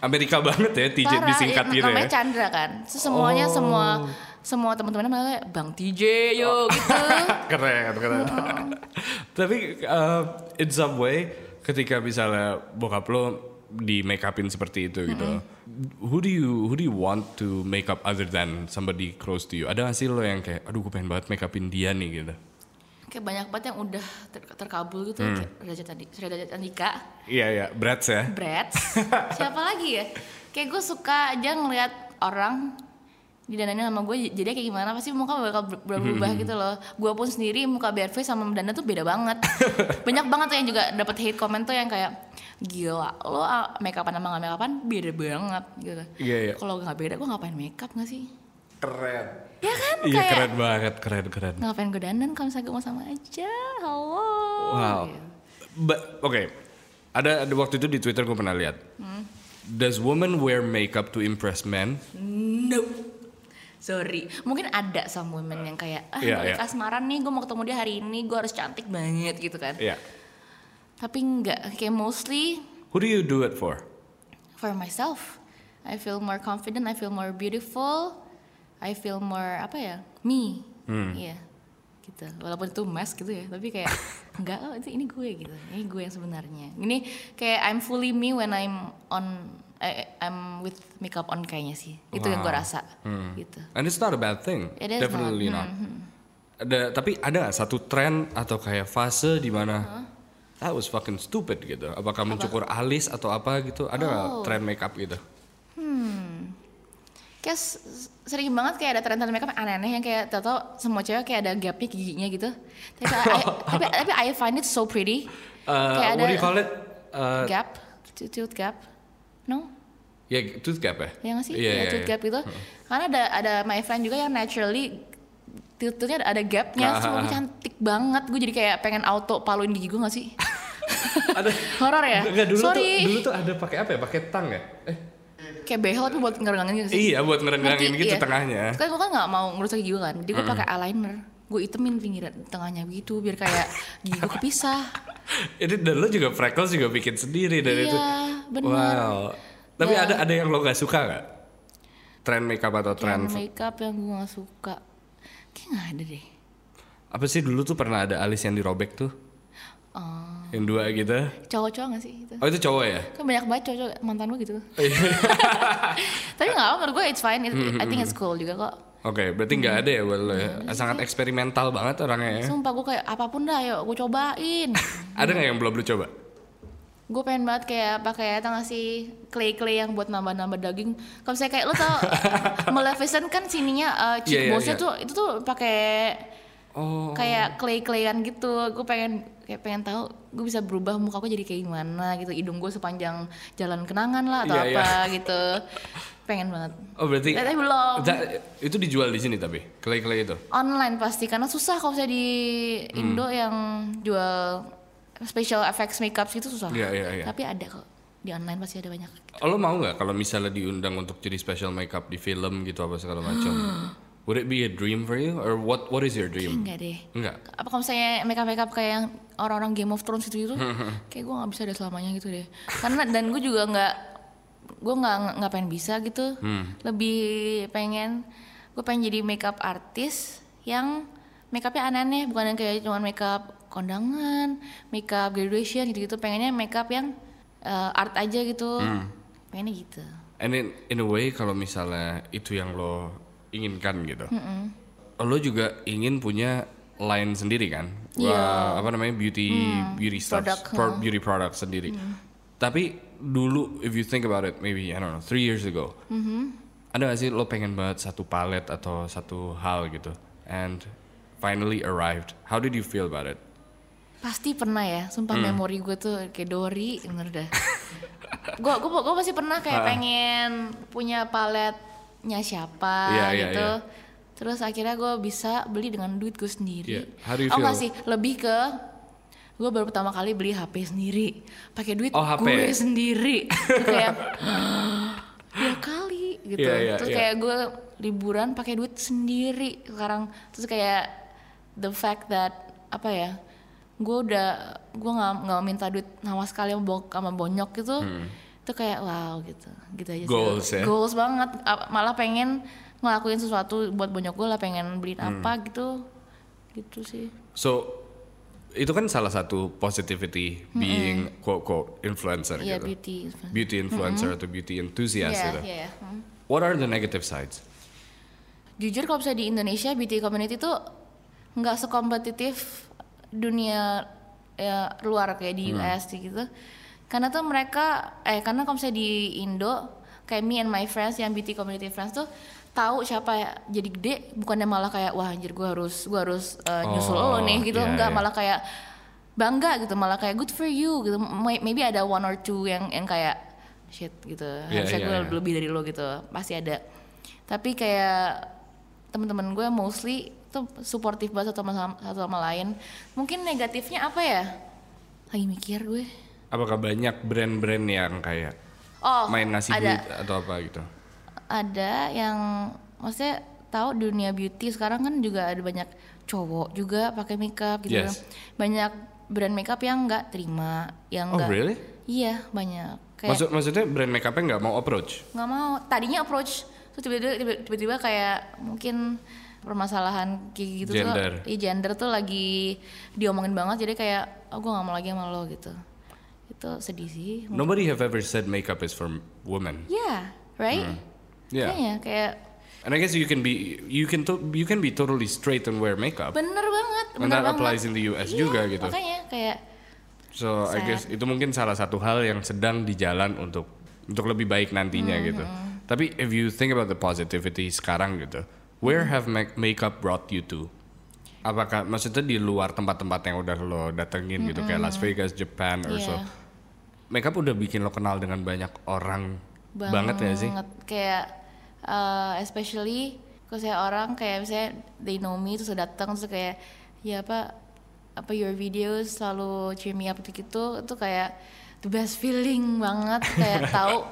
Speaker 1: Amerika banget ya TJ
Speaker 4: Parah,
Speaker 1: disingkat
Speaker 4: iya,
Speaker 1: gitu ya.
Speaker 4: Namanya Chandra kan. Terus semuanya
Speaker 1: Oh.
Speaker 4: semua semua teman-temannya namanya Bang TJ yo gitu.
Speaker 1: keren, keren. Tapi uh, in some way ketika misalnya bokap lo di make upin seperti itu gitu. Who do you who do you want to make up other than somebody close to you? Ada gak sih lo yang kayak aduh gue pengen banget make upin dia nih gitu.
Speaker 4: Kayak banyak banget yang udah ter- terkabul gitu
Speaker 1: Hmm.
Speaker 4: kayak Derajat tadi, Derajat Andika,
Speaker 1: Iya ya, berat ya.
Speaker 4: Brads. Siapa lagi ya? Kayak gue suka aja ngelihat orang didanain sama gue jadi kayak gimana pasti muka bakal ber- berubah
Speaker 1: Mm-hmm.
Speaker 4: gitu loh gue pun sendiri muka BRV sama Dana tuh beda banget banyak banget tuh yang juga dapat hate comment tuh yang kayak gila lo ah, make upan sama gak make upan beda banget gitu
Speaker 1: Iya, iya.
Speaker 4: kalau nggak beda gue ngapain make up nggak sih
Speaker 1: Keren.
Speaker 4: ya kan
Speaker 1: Iya
Speaker 4: kayak
Speaker 1: keren banget, keren keren.
Speaker 4: ngapain gue dandan kalau misalnya gue mau sama aja halo
Speaker 1: Wow.
Speaker 4: Gitu.
Speaker 1: But okay, Iya. Ada, ada waktu itu di Twitter gue pernah lihat. Does woman wear makeup to impress men?
Speaker 4: No. Sorry, mungkin ada some women yang kayak ah
Speaker 1: Iya, iya.
Speaker 4: balik asmaran nih, gue mau ketemu dia hari ini, gue harus cantik banget gitu kan.
Speaker 1: Iya.
Speaker 4: Tapi enggak, kayak mostly
Speaker 1: Who do you do it for?
Speaker 4: for myself. I feel more confident, I feel more beautiful, I feel more apa ya, me.
Speaker 1: Hmm.
Speaker 4: Iya, gitu. Walaupun itu mask gitu ya, tapi kayak enggak oh, itu ini gue gitu, ini gue yang sebenarnya. Ini kayak I'm fully me when I'm on, I, I'm with makeup on kayaknya sih. Itu yang gue
Speaker 1: Wow. Hmm.
Speaker 4: rasa, gitu.
Speaker 1: And it's not a bad thing.
Speaker 4: It is
Speaker 1: Definitely not.
Speaker 4: not. Hmm,
Speaker 1: Ada, tapi ada nggak satu tren atau kayak fase di mana
Speaker 4: Uh-huh.
Speaker 1: that was fucking stupid gitu. Apakah mencukur alis atau apa gitu? Ada nggak
Speaker 4: Oh.
Speaker 1: tren makeup gitu?
Speaker 4: Kayak s- sering banget kayak ada tren-tren makeup yang aneh-aneh yang kayak tau-tau semua cewek kayak ada gapnya ke giginya gitu. Tapi, I, tapi, tapi I find it so pretty.
Speaker 1: Uh,
Speaker 4: Kayak
Speaker 1: what
Speaker 4: ada-
Speaker 1: do you call it? Uh,
Speaker 4: gap, tooth, tooth gap. No?
Speaker 1: ya tooth gap ya?
Speaker 4: Ya nggak sih?
Speaker 1: Iya,
Speaker 4: ya,
Speaker 1: iya,
Speaker 4: tooth
Speaker 1: iya.
Speaker 4: gap gitu. Karena ada ada my friend juga yang naturally tooth-nya ada, ada
Speaker 1: Ah,
Speaker 4: gapnya, semua
Speaker 1: ah, ah.
Speaker 4: cantik banget. Gue jadi kayak pengen auto paluin gigi gue gak sih?
Speaker 1: Ada
Speaker 4: Horor ya?
Speaker 1: Enggak dulu
Speaker 4: Sorry.
Speaker 1: tuh dulu tuh ada pakai apa ya? Pakai tang ya? Eh,
Speaker 4: Kayak behel tapi buat ngerengangin gitu sih.
Speaker 1: iya buat ngerenggangin
Speaker 4: Ngerti,
Speaker 1: gitu
Speaker 4: iya.
Speaker 1: tengahnya.
Speaker 4: Kan gue kan gak mau ngerusak gigi gue kan. Jadi gue pakai eyeliner. Gue itemin pinggiran tengahnya gitu biar kayak gigi gue kepisah.
Speaker 1: Ini dan lo juga freckles juga bikin sendiri dari
Speaker 4: Iya,
Speaker 1: itu.
Speaker 4: bener.
Speaker 1: Wow. Tapi
Speaker 4: Ya.
Speaker 1: ada ada yang lo gak suka nggak? Tren makeup atau tren
Speaker 4: Dan makeup yang gue gak suka. Kayak gak ada deh.
Speaker 1: apa sih dulu tuh pernah ada alis yang dirobek tuh?
Speaker 4: Oh,
Speaker 1: Yang dua gitu.
Speaker 4: cowok-cowok gak sih itu?
Speaker 1: Oh itu cowok ya?
Speaker 4: Kan banyak banget cowok-cowok mantan gue gitu.
Speaker 1: Iya.
Speaker 4: Tapi gak apa menurut gue it's fine. It- I think it's cool juga kok.
Speaker 1: Oke, berarti nggak ada ya buat lo ya? Sangat eksperimental banget orangnya ya.
Speaker 4: Sumpah gue kayak apapun dah yuk gue cobain.
Speaker 1: Ada nggak yang belum lo coba?
Speaker 4: gue pengen banget kayak pakai tau gak sih clay clay yang buat nambah-nambah daging. Kalau misalnya kayak lo tau Maleficent kan sininya uh,
Speaker 1: Iya, iya,
Speaker 4: cheekbonesnya
Speaker 1: iya.
Speaker 4: tuh itu tuh pakai
Speaker 1: Oh.
Speaker 4: kayak clay clayan gitu. Gue pengen kayak pengen tahu gue bisa berubah muka gue jadi kayak gimana gitu. Hidung gue sepanjang jalan kenangan lah atau
Speaker 1: Iya, iya.
Speaker 4: apa gitu. Pengen banget.
Speaker 1: Oh berarti
Speaker 4: Tapi belum.
Speaker 1: Da- itu dijual di sini tapi clay clay itu.
Speaker 4: online pasti karena susah kalau misalnya di
Speaker 1: Hmm.
Speaker 4: Indo yang jual special effects makeup gitu susah.
Speaker 1: Iya, iya, iya.
Speaker 4: Tapi ada kok di online pasti ada banyak.
Speaker 1: Oh, lo mau nggak kalau misalnya diundang untuk jadi special makeup di film gitu apa segala macam? Would it be a dream for you or what? What is your dream?
Speaker 4: Enggak deh.
Speaker 1: Enggak.
Speaker 4: Apa kalau misalnya makeup makeup kayak yang orang-orang Game of Thrones itu gitu, kayak gue nggak bisa deh selamanya gitu deh. Karena dan gue juga nggak gue nggak nggak pengen bisa gitu. Lebih pengen gue pengen jadi makeup artis yang makeupnya aneh-aneh bukan yang kayak cuman makeup kondangan, makeup graduation gitu-gitu. Pengennya makeup yang eh, art aja gitu. Pengennya gitu.
Speaker 1: And in, in a way kalau misalnya itu yang lo inginkan gitu, lo juga ingin punya line sendiri kan?
Speaker 4: Iya.
Speaker 1: Wah, apa namanya beauty beauty stuff,
Speaker 4: product, huh?
Speaker 1: beauty product sendiri. Tapi dulu if you think about it, maybe I don't know, three years ago,
Speaker 4: Mm-hmm.
Speaker 1: ada gak sih lo pengen banget satu palet atau satu hal gitu? And finally arrived. How did you feel about it?
Speaker 4: Pasti pernah ya, sumpah
Speaker 1: Hmm.
Speaker 4: memori gue tuh kayak Dori, bener dah. gue gue gue pasti pernah kayak pengen punya paletnya siapa
Speaker 1: Iya, iya,
Speaker 4: gitu.
Speaker 1: iya.
Speaker 4: Terus akhirnya gue bisa beli dengan duit gue sendiri.
Speaker 1: Iya, how do you
Speaker 4: Oh nggak
Speaker 1: feel?
Speaker 4: sih, lebih ke gue baru pertama kali beli HP sendiri, pakai duit
Speaker 1: Oh, HP.
Speaker 4: gue sendiri. Terus kayak ya kali gitu.
Speaker 1: Iya, iya,
Speaker 4: terus
Speaker 1: iya.
Speaker 4: kayak gue liburan pakai duit sendiri sekarang terus kayak the fact that apa ya gue udah gue nggak nggak minta duit sama sekali sama, bo- sama bonyok gitu itu kayak wow gitu gitu aja sih.
Speaker 1: Hmm. Goals, ya?
Speaker 4: goals banget A- malah pengen ngelakuin sesuatu buat bonyok gue lah pengen beliin
Speaker 1: Hmm.
Speaker 4: apa gitu gitu sih
Speaker 1: So itu kan salah satu positivity being quote quote influencer
Speaker 4: Iya,
Speaker 1: gitu.
Speaker 4: beauty influencer.
Speaker 1: Beauty influencer atau beauty enthusiast
Speaker 4: Iya,
Speaker 1: gitu.
Speaker 4: iya, iya. Hmm.
Speaker 1: What are the negative sides?
Speaker 4: jujur kalau misalnya di Indonesia beauty community tuh nggak sekompetitif dunia ya, luar kayak
Speaker 1: Hmm.
Speaker 4: di US gitu karena tuh mereka eh karena kalau misalnya di Indo kayak me and my friends yang beauty community friends tuh tahu siapa ya- jadi gede bukannya malah kayak wah anjir gue harus gua harus eh, nyusul
Speaker 1: Oh,
Speaker 4: lo nih gitu
Speaker 1: iya,
Speaker 4: enggak
Speaker 1: iya.
Speaker 4: malah kayak bangga gitu malah kayak good for you gitu May- maybe ada one or two yang yang kayak shit gitu harusnya
Speaker 1: iya,
Speaker 4: gue
Speaker 1: iya.
Speaker 4: lebih dari lo gitu pasti ada tapi kayak teman-teman gue mostly tuh supportive banget satu sama satu sama lain mungkin negatifnya apa ya lagi mikir gue
Speaker 1: Apakah banyak brand-brand yang kayak
Speaker 4: Oh,
Speaker 1: main ngasih
Speaker 4: ada
Speaker 1: duit atau apa gitu?
Speaker 4: ada yang maksudnya tahu dunia beauty sekarang kan juga ada banyak cowok juga pakai makeup gitu.
Speaker 1: Yes.
Speaker 4: Banyak brand makeup yang nggak terima, yang
Speaker 1: Oh,
Speaker 4: nggak.
Speaker 1: really?
Speaker 4: Iya, banyak. Kayak
Speaker 1: Maksud maksudnya brand makeupnya nggak mau approach?
Speaker 4: nggak mau tadinya approach terus tiba-tiba tiba- tiba-tiba kayak mungkin permasalahan kayak gitu
Speaker 1: Gender.
Speaker 4: tuh iya, gender tuh lagi diomongin banget jadi kayak oh gue nggak mau lagi sama lo gitu itu sedih sih ya
Speaker 1: Nobody have ever said makeup is for women.
Speaker 4: right
Speaker 1: Yeah.
Speaker 4: Kayaknya kayak
Speaker 1: And I guess you can be you can to, you can be totally straight and wear makeup.
Speaker 4: bener banget
Speaker 1: And
Speaker 4: bener
Speaker 1: that
Speaker 4: banget
Speaker 1: applies in the US
Speaker 4: Iya,
Speaker 1: juga gitu.
Speaker 4: makanya kayak
Speaker 1: So I
Speaker 4: Sad.
Speaker 1: guess itu mungkin salah satu hal yang sedang di jalan untuk untuk lebih baik nantinya
Speaker 4: Mm-hmm.
Speaker 1: gitu. Tapi if you think about the positivity sekarang gitu,
Speaker 4: Mm-hmm.
Speaker 1: where have make- makeup brought you to? Apakah maksudnya di luar tempat-tempat yang udah lo datengin gitu kayak Las
Speaker 4: Mm-hmm.
Speaker 1: Vegas, Japan, or so.
Speaker 4: Iya.
Speaker 1: Makeup udah bikin lo kenal dengan banyak orang banget, gak sih?
Speaker 4: banget. kayak eh, especially kalau saya orang kayak misalnya they know me terus datang terus kayak ya apa apa your videos selalu cheer me up gitu itu kayak the best feeling banget kayak tahu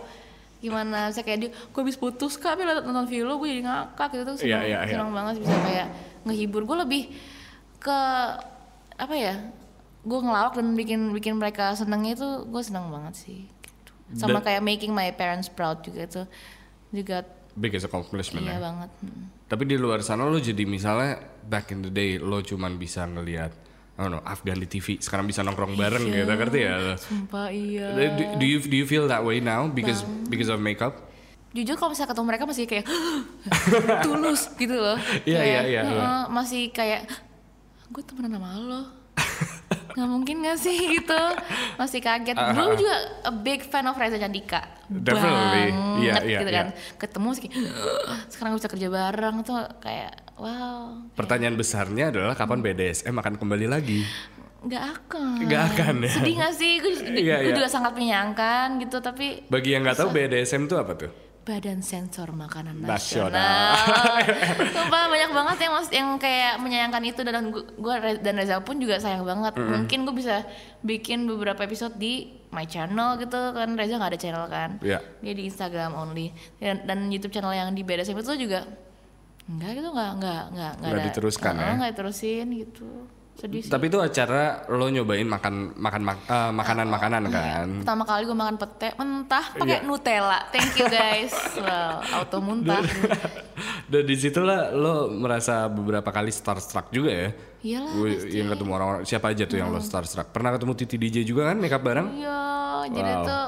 Speaker 4: gimana saya kayak dia gue habis putus kak tapi liat nonton video gue jadi ngakak gitu tuh
Speaker 1: Iya,
Speaker 4: senang,
Speaker 1: iya, iya.
Speaker 4: senang banget bisa kayak ngehibur gue lebih ke apa ya gue ngelawak dan bikin bikin mereka senengnya itu gue seneng banget sih gitu. sama
Speaker 1: Dan-
Speaker 4: kayak making my parents proud juga itu juga
Speaker 1: Biggest accomplishment ya.
Speaker 4: iya banget Mm.
Speaker 1: Tapi di luar sana lo jadi misalnya back in the day lo cuman bisa ngelihat I don't know, Afgan di TV sekarang bisa
Speaker 4: Iya.
Speaker 1: nongkrong bareng gitu ngerti ya lo?
Speaker 4: sumpah iya
Speaker 1: Do, do you do you feel that way now because because of makeup?
Speaker 4: jujur kalau misalnya ketemu mereka masih kayak tulus gitu loh
Speaker 1: Iya,
Speaker 4: Kayak,
Speaker 1: iya, iya,
Speaker 4: "Heeh,"
Speaker 1: iya.
Speaker 4: masih kayak gue temenan sama lo nggak mungkin gak sih gitu masih kaget
Speaker 1: Ah,
Speaker 4: dulu juga a big fan of Reza Candika
Speaker 1: Definitely.
Speaker 4: banget
Speaker 1: Iya, iya,
Speaker 4: gitu
Speaker 1: iya.
Speaker 4: kan ketemu sih kayak, sekarang bisa kerja bareng tuh kayak wow
Speaker 1: Pertanyaan besarnya adalah kapan BDSM akan kembali lagi?
Speaker 4: nggak akan
Speaker 1: Nggak akan, ya.
Speaker 4: sedih gak sih gue
Speaker 1: Iya,
Speaker 4: gue
Speaker 1: iya.
Speaker 4: juga sangat menyayangkan gitu tapi
Speaker 1: Bagi yang nggak tahu BDSM itu apa tuh?
Speaker 4: Badan Sensor Makanan
Speaker 1: Nasional.
Speaker 4: Nasional. Sumpah banyak banget yang mas- yang kayak menyayangkan itu dan gue dan Reza pun juga sayang banget. Mungkin gue bisa bikin beberapa episode di my channel gitu kan Reza nggak ada channel kan.
Speaker 1: Iya.
Speaker 4: Dia di Instagram only dan, dan YouTube channel yang di BDSM itu juga enggak gitu nggak nggak nggak
Speaker 1: Nggak diteruskan,
Speaker 4: Heeh,
Speaker 1: ya?
Speaker 4: nggak diterusin gitu sedih sih.
Speaker 1: Tapi itu acara lo nyobain makan makan mak- eh, makanan-makanan
Speaker 4: Iya.
Speaker 1: kan?
Speaker 4: Pertama kali gue makan pete mentah pakai
Speaker 1: Iya.
Speaker 4: Nutella. Thank you guys. wow, auto muntah.
Speaker 1: Dan di situ lah lo merasa beberapa kali starstruck juga ya?
Speaker 4: Iyalah,
Speaker 1: Wih, Yang ketemu orang-orang siapa aja tuh yang lo starstruck? Pernah ketemu Titi DJ juga kan makeup bareng?
Speaker 4: Iya, jadi
Speaker 1: Wow.
Speaker 4: tuh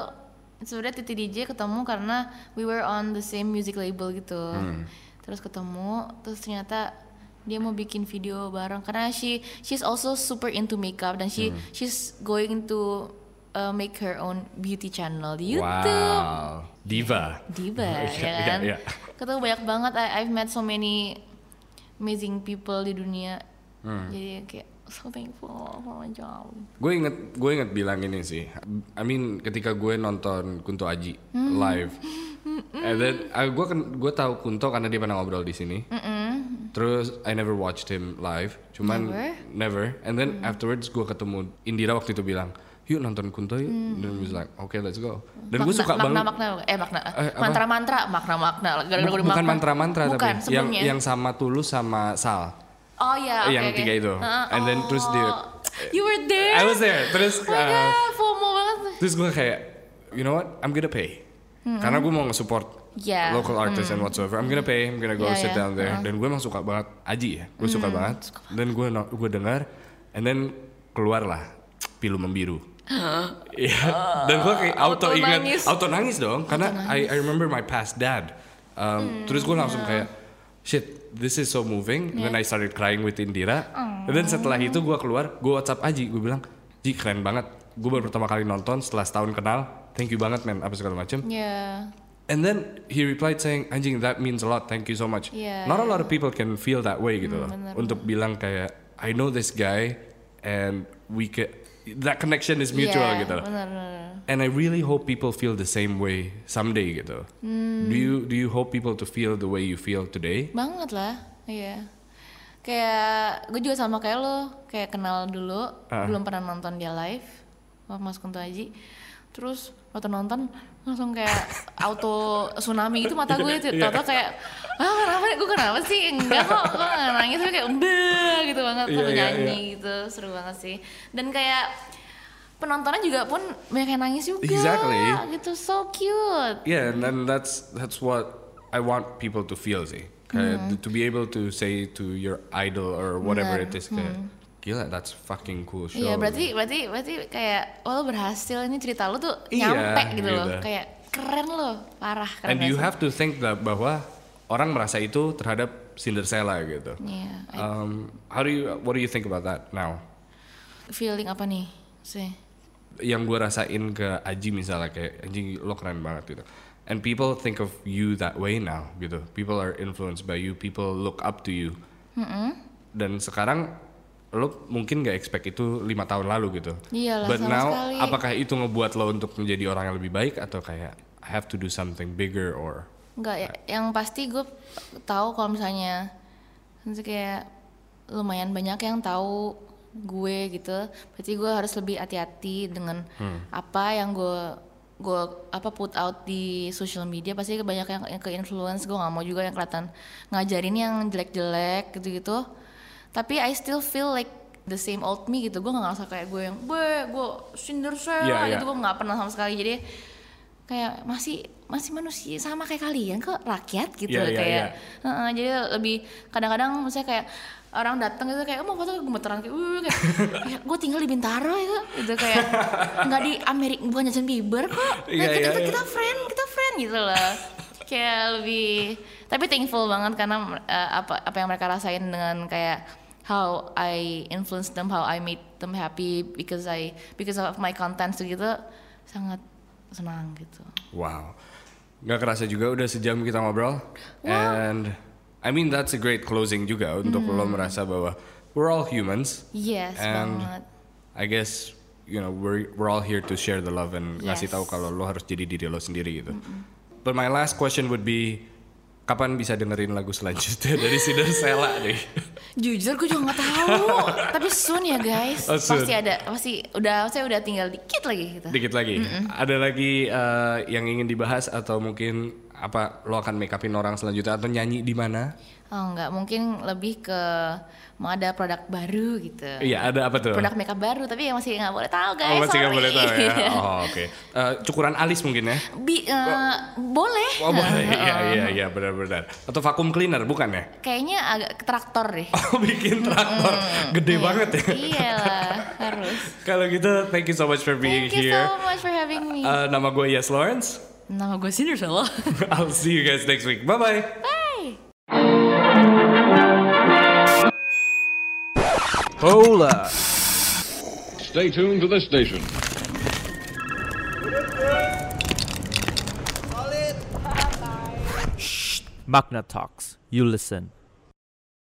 Speaker 4: sebenarnya Titi DJ ketemu karena we were on the same music label gitu.
Speaker 1: Hmm.
Speaker 4: Terus ketemu, terus ternyata dia mau bikin video bareng karena she she's also super into makeup dan
Speaker 1: Hmm.
Speaker 4: she she's going to uh, make her own beauty channel di YouTube.
Speaker 1: Wow, diva.
Speaker 4: Diva,
Speaker 1: Iya,
Speaker 4: ya kan?
Speaker 1: iya, iya.
Speaker 4: Ketemu banyak banget. I, I've met so many amazing people di dunia.
Speaker 1: Hmm.
Speaker 4: Jadi kayak so thankful for my job.
Speaker 1: Gue inget, gue inget bilang ini sih. I mean, ketika gue nonton Kunto Aji
Speaker 4: Hmm.
Speaker 1: live, and then ah, gue ken- gue tahu Kunto karena dia pernah ngobrol di sini. Terus I never watched him live, cuman
Speaker 4: Never? Mm.
Speaker 1: never. And then afterwards gue ketemu Indira waktu itu bilang, yuk nonton Kunto yuk.
Speaker 4: Hmm.
Speaker 1: Dan he was like, okay let's go. Dan gue
Speaker 4: Makna-
Speaker 1: suka
Speaker 4: makna,
Speaker 1: banget.
Speaker 4: makna eh makna
Speaker 1: Eh, apa?
Speaker 4: mantra-mantra makna-makna gara-gara
Speaker 1: Bu-
Speaker 4: gue
Speaker 1: bukan
Speaker 4: dimakan.
Speaker 1: mantra-mantra
Speaker 4: Bukan,
Speaker 1: tapi yang
Speaker 4: sebelumnya.
Speaker 1: yang sama Tulus sama Sal,
Speaker 4: oh ya
Speaker 1: yang tiga itu. And then terus dia,
Speaker 4: oh. you were there
Speaker 1: I was there. Terus
Speaker 4: oh my
Speaker 1: uh,
Speaker 4: god FOMO banget
Speaker 1: Terus gue kayak, you know what, I'm gonna pay. Karena gue mau nge-support
Speaker 4: Yeah. Mm.
Speaker 1: local artist and whatsoever. I'm gonna pay, I'm gonna go
Speaker 4: Yeah,
Speaker 1: sit
Speaker 4: yeah. Uh-huh.
Speaker 1: down there. Dan gue emang suka banget Aji ya, gue suka banget. Dan gue no- gue dengar, and then keluarlah pilu membiru. Iya. Dan gue kayak auto,
Speaker 4: Auto
Speaker 1: ingat,
Speaker 4: nangis.
Speaker 1: auto nangis dong. Karena I, I remember my past dad.
Speaker 4: Hmm,
Speaker 1: Um, terus gue langsung
Speaker 4: ya.
Speaker 1: kayak, shit, this is so moving. And then I started crying with Indira. And then setelah itu gue keluar, gue WhatsApp Aji, gue bilang, Ji keren banget. Gue baru pertama kali nonton setelah setahun kenal. Thank you banget men, apa segala macem.
Speaker 4: ya
Speaker 1: And then he replied saying, anjing that means a lot, thank you so much.
Speaker 4: Yeah. Hmm,
Speaker 1: Not a lot of people can feel that way gitu loh.
Speaker 4: bener,
Speaker 1: Untuk bilang kayak, I know this guy and we can, that connection is mutual
Speaker 4: ya,
Speaker 1: gitu loh.
Speaker 4: benar, benar.
Speaker 1: And I really hope people feel the same way someday gitu. Do you do you hope people to feel the way you feel today?
Speaker 4: banget lah
Speaker 1: Ah.
Speaker 4: iya kayak gue juga sama kayak lo kayak kenal dulu belum pernah nonton dia live Mas Kunto Aji terus nonton nonton langsung kayak auto tsunami gitu mata gue tuh
Speaker 1: Iya.
Speaker 4: tau kayak ah kenapa gue kenapa sih enggak kok gue nggak nangis tapi kayak "Beuh," gitu banget
Speaker 1: Iya,
Speaker 4: sambil
Speaker 1: iya,
Speaker 4: nyanyi gitu seru banget sih dan kayak penontonnya juga pun banyak yang nangis juga
Speaker 1: Exactly.
Speaker 4: gitu so cute
Speaker 1: Yeah, and then that's that's what I want people to feel sih. Kayak to be able to say to your idol or whatever
Speaker 4: Benar,
Speaker 1: it is kayak gila that's fucking cool show. ya.
Speaker 4: Iya berarti berarti berarti kayak oh, lo berhasil ini cerita lo tuh
Speaker 1: Iya,
Speaker 4: nyampe gitu, loh
Speaker 1: gitu.
Speaker 4: kayak keren lo parah
Speaker 1: And
Speaker 4: keren
Speaker 1: you
Speaker 4: banget.
Speaker 1: have to think that bahwa orang merasa itu terhadap Cinderella gitu.
Speaker 4: Iya, I-
Speaker 1: Um, how do you what do you think about that now?
Speaker 4: feeling apa nih sih
Speaker 1: Yang gue rasain ke Aji misalnya kayak Aji lo keren banget gitu. And people think of you that way now gitu. People are influenced by you. People look up to you. Dan sekarang lo mungkin gak expect itu lima tahun lalu gitu.
Speaker 4: Iyalah,
Speaker 1: But
Speaker 4: sama
Speaker 1: now
Speaker 4: sekali.
Speaker 1: apakah itu ngebuat lo untuk menjadi orang yang lebih baik atau kayak I have to do something bigger or
Speaker 4: nggak ya, yang pasti gue tahu kalau misalnya nanti kayak lumayan banyak yang tahu gue gitu berarti gue harus lebih hati-hati dengan
Speaker 1: Hmm.
Speaker 4: apa yang gue gue apa put out di social media pasti banyak yang, yang ke influence gue nggak mau juga yang kelihatan ngajarin yang jelek-jelek gitu-gitu tapi I still feel like the same old me gitu gue nggak ngerasa kayak gue yang gue gue Cinderella
Speaker 1: Iya, iya.
Speaker 4: gitu gue nggak pernah sama sekali jadi kayak masih masih manusia sama kayak kalian kok rakyat gitu
Speaker 1: Iya, iya,
Speaker 4: kayak
Speaker 1: iya.
Speaker 4: Heeh, jadi lebih kadang-kadang misalnya kayak orang datang gitu kayak "Oh, mau foto gemeteran kayak, "Wuh," kayak "Ya, gue tinggal di Bintaro ya gitu kayak nggak di Amerika bukan Justin Bieber kok Nah,
Speaker 1: Iya,
Speaker 4: kita,
Speaker 1: iya,
Speaker 4: kita,
Speaker 1: iya.
Speaker 4: kita friend kita friend gitu loh kayak lebih tapi thankful banget karena eh, apa apa yang mereka rasain dengan kayak how I influence them how I made them happy because I because of my content gitu sangat senang gitu
Speaker 1: Wow. Nggak kerasa juga udah sejam kita ngobrol. And I mean that's a great closing juga untuk lo
Speaker 4: Hmm.
Speaker 1: merasa bahwa we're all humans.
Speaker 4: yes
Speaker 1: And-
Speaker 4: banget
Speaker 1: I guess you know we're we're all here to share the love and ngasih
Speaker 4: Yes.
Speaker 1: tahu kalau lo harus jadi diri lo sendiri gitu. But my last question would be kapan bisa dengerin lagu selanjutnya dari Cinderella nih?
Speaker 4: Jujur gue juga gak tahu Tapi soon ya guys
Speaker 1: Oh, soon.
Speaker 4: Pasti ada Pasti udah Saya udah tinggal dikit lagi gitu
Speaker 1: Dikit lagi. Ada lagi eh, yang ingin dibahas atau mungkin apa lo akan make upin orang selanjutnya atau nyanyi di mana?
Speaker 4: Oh enggak mungkin lebih ke Mau ada produk baru gitu
Speaker 1: Iya, ada apa tuh?
Speaker 4: Produk makeup baru Tapi yang masih gak boleh tahu guys
Speaker 1: Oh, masih nggak
Speaker 4: sorry.
Speaker 1: boleh tahu ya. Oh, oke. Eh, cukuran alis mungkin ya?
Speaker 4: Bi- eh, Boleh Eh,
Speaker 1: Oh, boleh. Iya, iya, iya, benar-benar. Atau vakum cleaner bukan ya?
Speaker 4: Kayaknya agak ke traktor deh
Speaker 1: Oh, bikin traktor. Gede banget ya.
Speaker 4: Iya lah harus
Speaker 1: Kalau gitu, thank you so much for being
Speaker 4: Thank you
Speaker 1: here.
Speaker 4: so much for having me
Speaker 1: Eh, nama gue Yes Lawrence.
Speaker 4: Uh, Nama gue Cinderella
Speaker 1: I'll see you guys next week. Bye-bye.
Speaker 4: Bye
Speaker 2: Hola.
Speaker 3: Stay tuned to this station.
Speaker 2: Magna Talks. You listen.